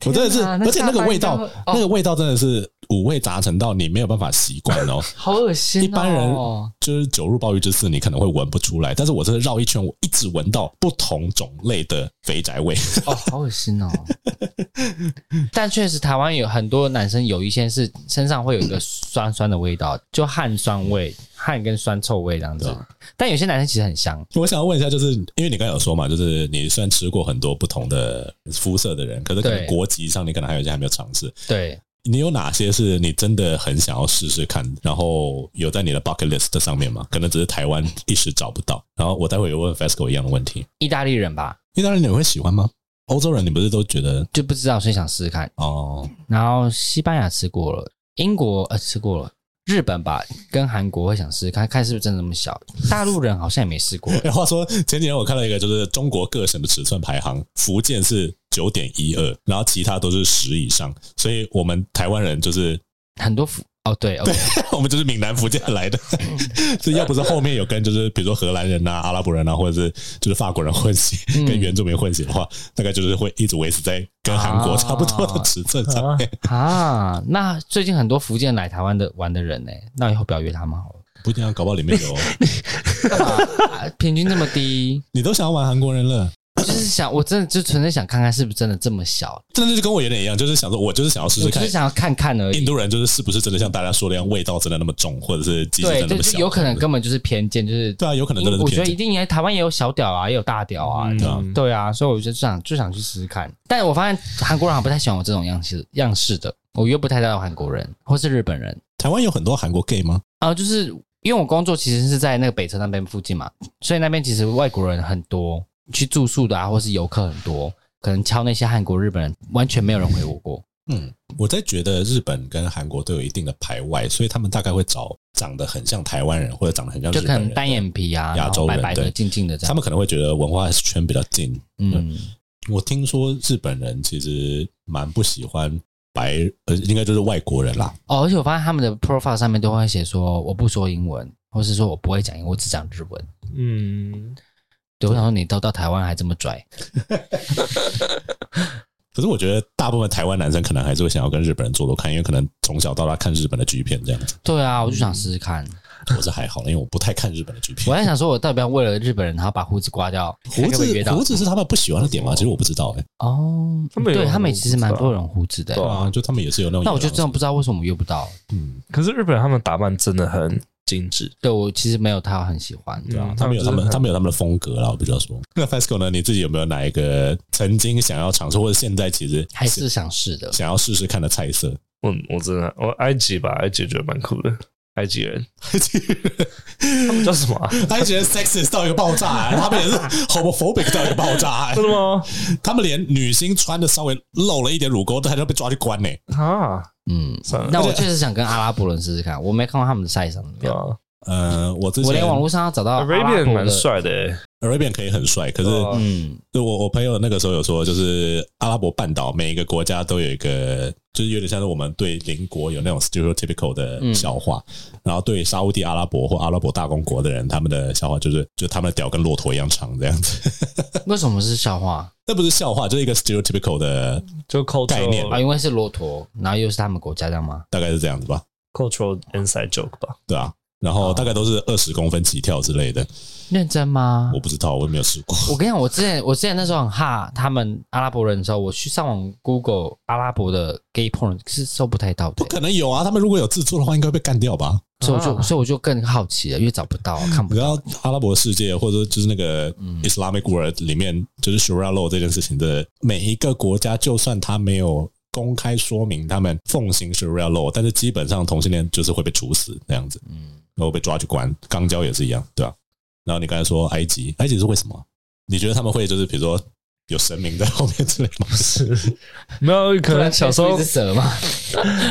我真的是，天哪那而且那个下班味道就会，哦那个味道真的是五味杂陈到你没有办法习惯哦。好恶心、哦！一般人就是酒入鲍鱼之肆，你可能会闻不出来，但是我真的绕一圈，我一直闻到不同种类的肥宅味。 哦，好恶心哦！但确实，台湾有很多男生有一些是身上会有一个酸酸的味道，就汗酸味、汗跟酸臭味这样子。但有些男生其实很香，我想要问一下，就是因为你刚才有说嘛，就是你虽然吃过很多不同的肤色的人，可是可能对国籍上你可能还有一些还没有尝试。对，你有哪些是你真的很想要试试看，然后有在你的 bucket list 上面吗？可能只是台湾一时找不到。然后我待会有问 FESCO 一样的问题，意大利人吧，意大利人你会喜欢吗？欧洲人你不是都觉得就不知道，所以想试试看。哦？ 然后西班牙吃过了，英国呃吃过了。日本吧，跟韩国会想试试看看是不是真的那么小。大陆人好像也没试过，哎，话说前几天我看到一个，就是中国各省的尺寸排行，福建是九点一二，然后其他都是十以上，所以我们台湾人就是 很多服哦对，OK，我们就是闽南福建来的，所以要不是后面有跟就是比如说荷兰人呐、阿拉伯人啊，或者是就是法国人混血，嗯跟原住民混血的话，大概就是会一直维持在跟韩国差不多的尺寸上面。啊，那最近很多福建来台湾的玩的人呢、那以后不要约他们好了。不一定要搞不好里面有，哦干嘛、啊平均这么低， 你都想要玩韩国人了，就是想，我真的就纯粹想看看是不是真的这么小，真的就跟我有点一样，就是想说我就是想要试我试就看是。想要看看而印已。度人就是是不是真的像大家说的一样，味道真的那么重，或者是鸡翅真对，的那就么是小？有可能根本就是偏见，就是对啊，有可能真的是我觉偏得一见。定，因为台湾也有小屌啊，也有大屌啊，嗯这样对啊，所以我就想就想去试试看。但我发现韩国人好像不太喜欢我这种样式样式的，我约不太到韩国人或是日本人台湾有很多韩国 gay 吗？啊，就是因为我工作其实是在那个北车那边附近嘛，所以那边其实外国人很多，去住宿的啊，或是游客很多，可能敲那些韩国、日本人，完全没有人回我过。嗯，我在觉得日本跟韩国都有一定的排外，所以他们大概会找长得很像台湾人或者长得很像就日可本能人的单眼皮啊，亚然洲后人白白的、对静静的这他样。们可能会觉得文化圈比较近。嗯，我听说日本人其实蛮不喜欢白，呃，应该就是外国人啦。哦，而且我发现他们的 profile 上面都会写说我不说英文，或是说我不会讲英文，我只讲日文。嗯，对，我想说你都到台湾还这么拽，可是我觉得大部分台湾男生可能还是会想要跟日本人做做看，因为可能从小到大看日本的剧片这样子。对啊，我就想试试看。嗯我是还好了，因为我不太看日本的剧我片。在想说，我到底要不要为了日本人，然后把胡子刮掉，胡看可不可以约子到胡子是他们不喜欢的点吗？其实我不知道哎、哦，他们有对他们胡子其实蛮吧多人胡子的对对欸。啊，就他们也是有那种。那我就真的不知道为什么我约不到。嗯，可是日本他们打扮真的很精致，对我其实没有他很喜欢，对啊他们有他他们就是们很他们有他们的风格啦，我比较说。 那 FESCO 呢？你自己有没有哪一个曾经想要尝试，或者现在其实还是想试的。想要试试看的菜色？ 我我真的我埃及吧，埃及觉得蛮酷的，埃及 人，埃及人，他们叫什么啊、埃及人 sexist 到一个爆炸、 他们也是 homophobic 到一个爆炸、哎真的吗？ 他们连女星穿的稍微露了一点乳沟，都还能被抓去关呢、啊，嗯，算了，那我确实想跟阿拉伯人试试看，我没看过他们的赛场怎么对样。啊呃，我之前我连网络上要找到阿拉伯，Arabian 蛮的，帅的、欸， Arabian 可以很帅，可是对啊嗯，对我我朋友那个时候有说，就是阿拉伯半岛每一个国家都有一个，就是有点像是我们对邻国有那种 stereotypical 的笑话，然后对沙烏地阿拉伯或阿拉伯大公国的人，他们的笑话就是就他们的屌跟骆驼一样长这样子， 为什么是笑话那不是笑话，就是一个 stereotypical 的，就 cultural 概念啊？因为是骆驼，然后又是他们国家，这样吗？大概是这样子吧， cultural inside joke 吧。对啊。然后大概都是二十公分起跳之类的，认真吗我？不知道，我也没有试过。 我跟你讲，我之前我之前那时候很哈他们阿拉伯人的时候，我去上网 Google 阿拉伯的 gay porn 是搜不太到的不，可能有啊，他们如果有制作的话，应该会被干掉吧？所以我就啊所以我就更好奇了，因为找不到，看你不知到。道阿拉伯世界，或者说就是那个 Islamic world 里面，就是 Sharia law 这件事情的每一个国家，就算他没有公开说明他们奉行 Sharia law，但是基本上同性恋就是会被处死这样子，嗯，然后被抓去关。肛交也是一样，对吧、然后你刚才说埃及，埃及是为什么？你觉得他们会就是比如说有神明在后面之类吗？哦没有，可能小时候是蛇嘛，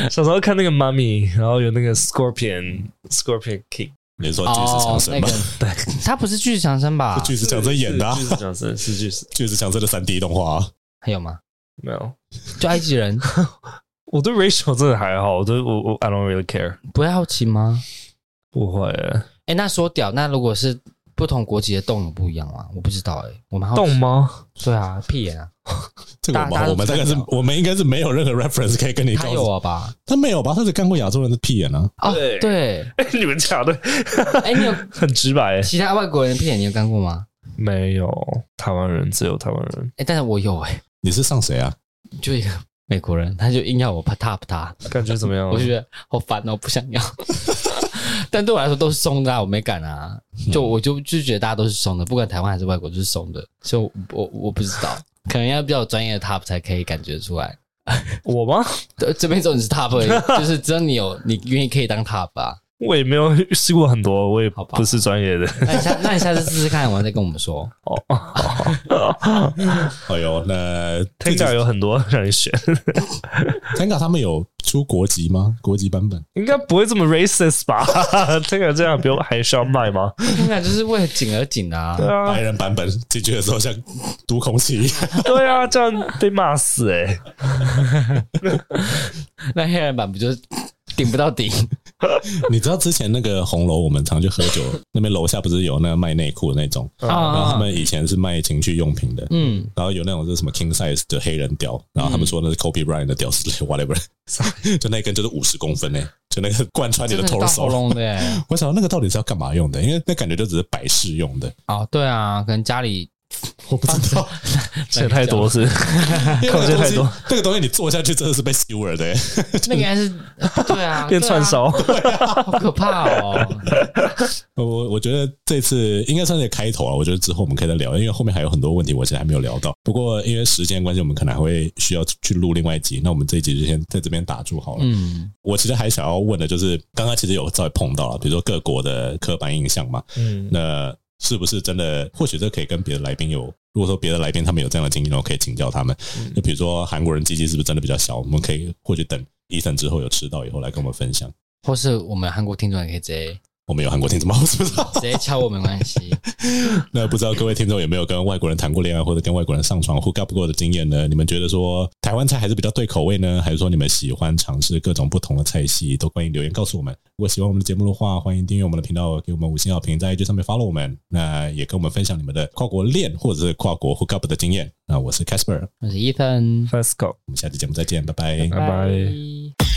小时候看那个 Mummy，然后有那个 Scorpion Scorpion King，你说巨石强 森吗？哦那个，他不是巨石强森吧？巨石强森演的、啊是，巨石强森是巨石， 巨石强森的三 D 动画、啊，还有吗？没有。就埃及人，我对 racial 真的还好，我对我我 I don't really care，不会好奇吗？不会欸哎、那说屌，那如果是不同国籍的洞有不一样吗？我不知道哎、我们好奇动吗？对啊，屁眼啊，这个我大大家们都我们大概是知道我们应该是没有任何 reference 可以跟你他告有诉，啊吧？他没有吧？他只干过亚洲人的屁眼啊。哦，对对， 你们讲的哎、你有很直白欸，其他外国人的屁眼你有干过吗？没有台湾人，只有台湾人。哎、但是我有哎、你是上谁啊？就一个美国人，他就硬要我啪嗒啪嗒，感觉怎嗯么样？啊我就觉得好烦哦，不想要。 但对我来说都是松的、啊，我没敢啊。嗯就我就就觉得大家都是松的，不管台湾还是外国，就是松的。所以我，我我不知道，可能要比较专业的 top 才可以感觉出来。我吗？对，这边只有你是 top，而已就是只有你有你愿意可以当 top 吧。我也没有试过很多，我也好吧不是专 业的。那你下那你下次试试看，完再跟我们说。哎呦，那 t i 有很多让你选， Tenga 他们有出国籍吗？国籍版本？ 应该不会这么 racist 吧 t i 这样不用还需要卖吗？听起来就是为了紧而紧的啊。对啊 白，人版本进去的时候像读空气一样，对啊，这样被骂死 哎、欸！那黑人版不就是顶不到顶？你知道之前那个红楼，我们常去喝酒，那边楼下不是有那个卖内裤的那种，嗯然后他们以前是卖情趣用品的，啊嗯，然后有那种是什么 king size 的黑人屌，然后他们说那是 Kobe Bryant 的屌之类，whatever，就 那根就是五十公分呢、就那个贯穿你真的的是到喉 torso。咙的耶。我想那个到底是要干嘛用的？因为那感觉就只是摆饰用的，哦，对啊，可能家 里我不知道。想太多是 因为那个靠东近太西多，那个东西你坐下去真的是被 skewer 的、那个应该是对啊，变串烧，对啊，好可怕哦。 我我觉得这次应该算是开头啊，我觉得之后我们可以再聊，因为后面还有很多问题，我其实还没有聊到。不过因为时间关系，我们可能还会需要去录另外一集。那我们这一集就先在这边打住好了。 嗯，我其实还想要问的就是，刚刚其实有稍微碰到了，比如说各国的刻板印象嘛， 嗯，那是不是真的？或许这可以跟别的来宾有，如果说别的来宾他们有这样的经验，我可以请教他们。就比如说韩国人鸡鸡是不是真的比较小？我们可以或许等伊森之后有吃到以后来跟我们分享。或是我们韩国听众也可以直接我们有韩国听众吗？我 不知道。直接敲我没关系。那不知道各位听众有没有跟外国人谈过恋爱，或者跟外国人上床 hook up 过的经验呢？你们觉得说台湾菜还是比较对口味呢，还是说你们喜欢尝试各种不同的菜系？都欢迎留言告诉我们。如果喜欢我们的节目的话，欢迎订阅我们的频道，给我们五星好评，在 IG 上面 follow 我们。那也跟我们分享你们的跨国恋或者是跨国 hook up 的经验。那我是 Casper，我我是 Ethan， Let's go，们下期节目再见，拜拜拜拜拜。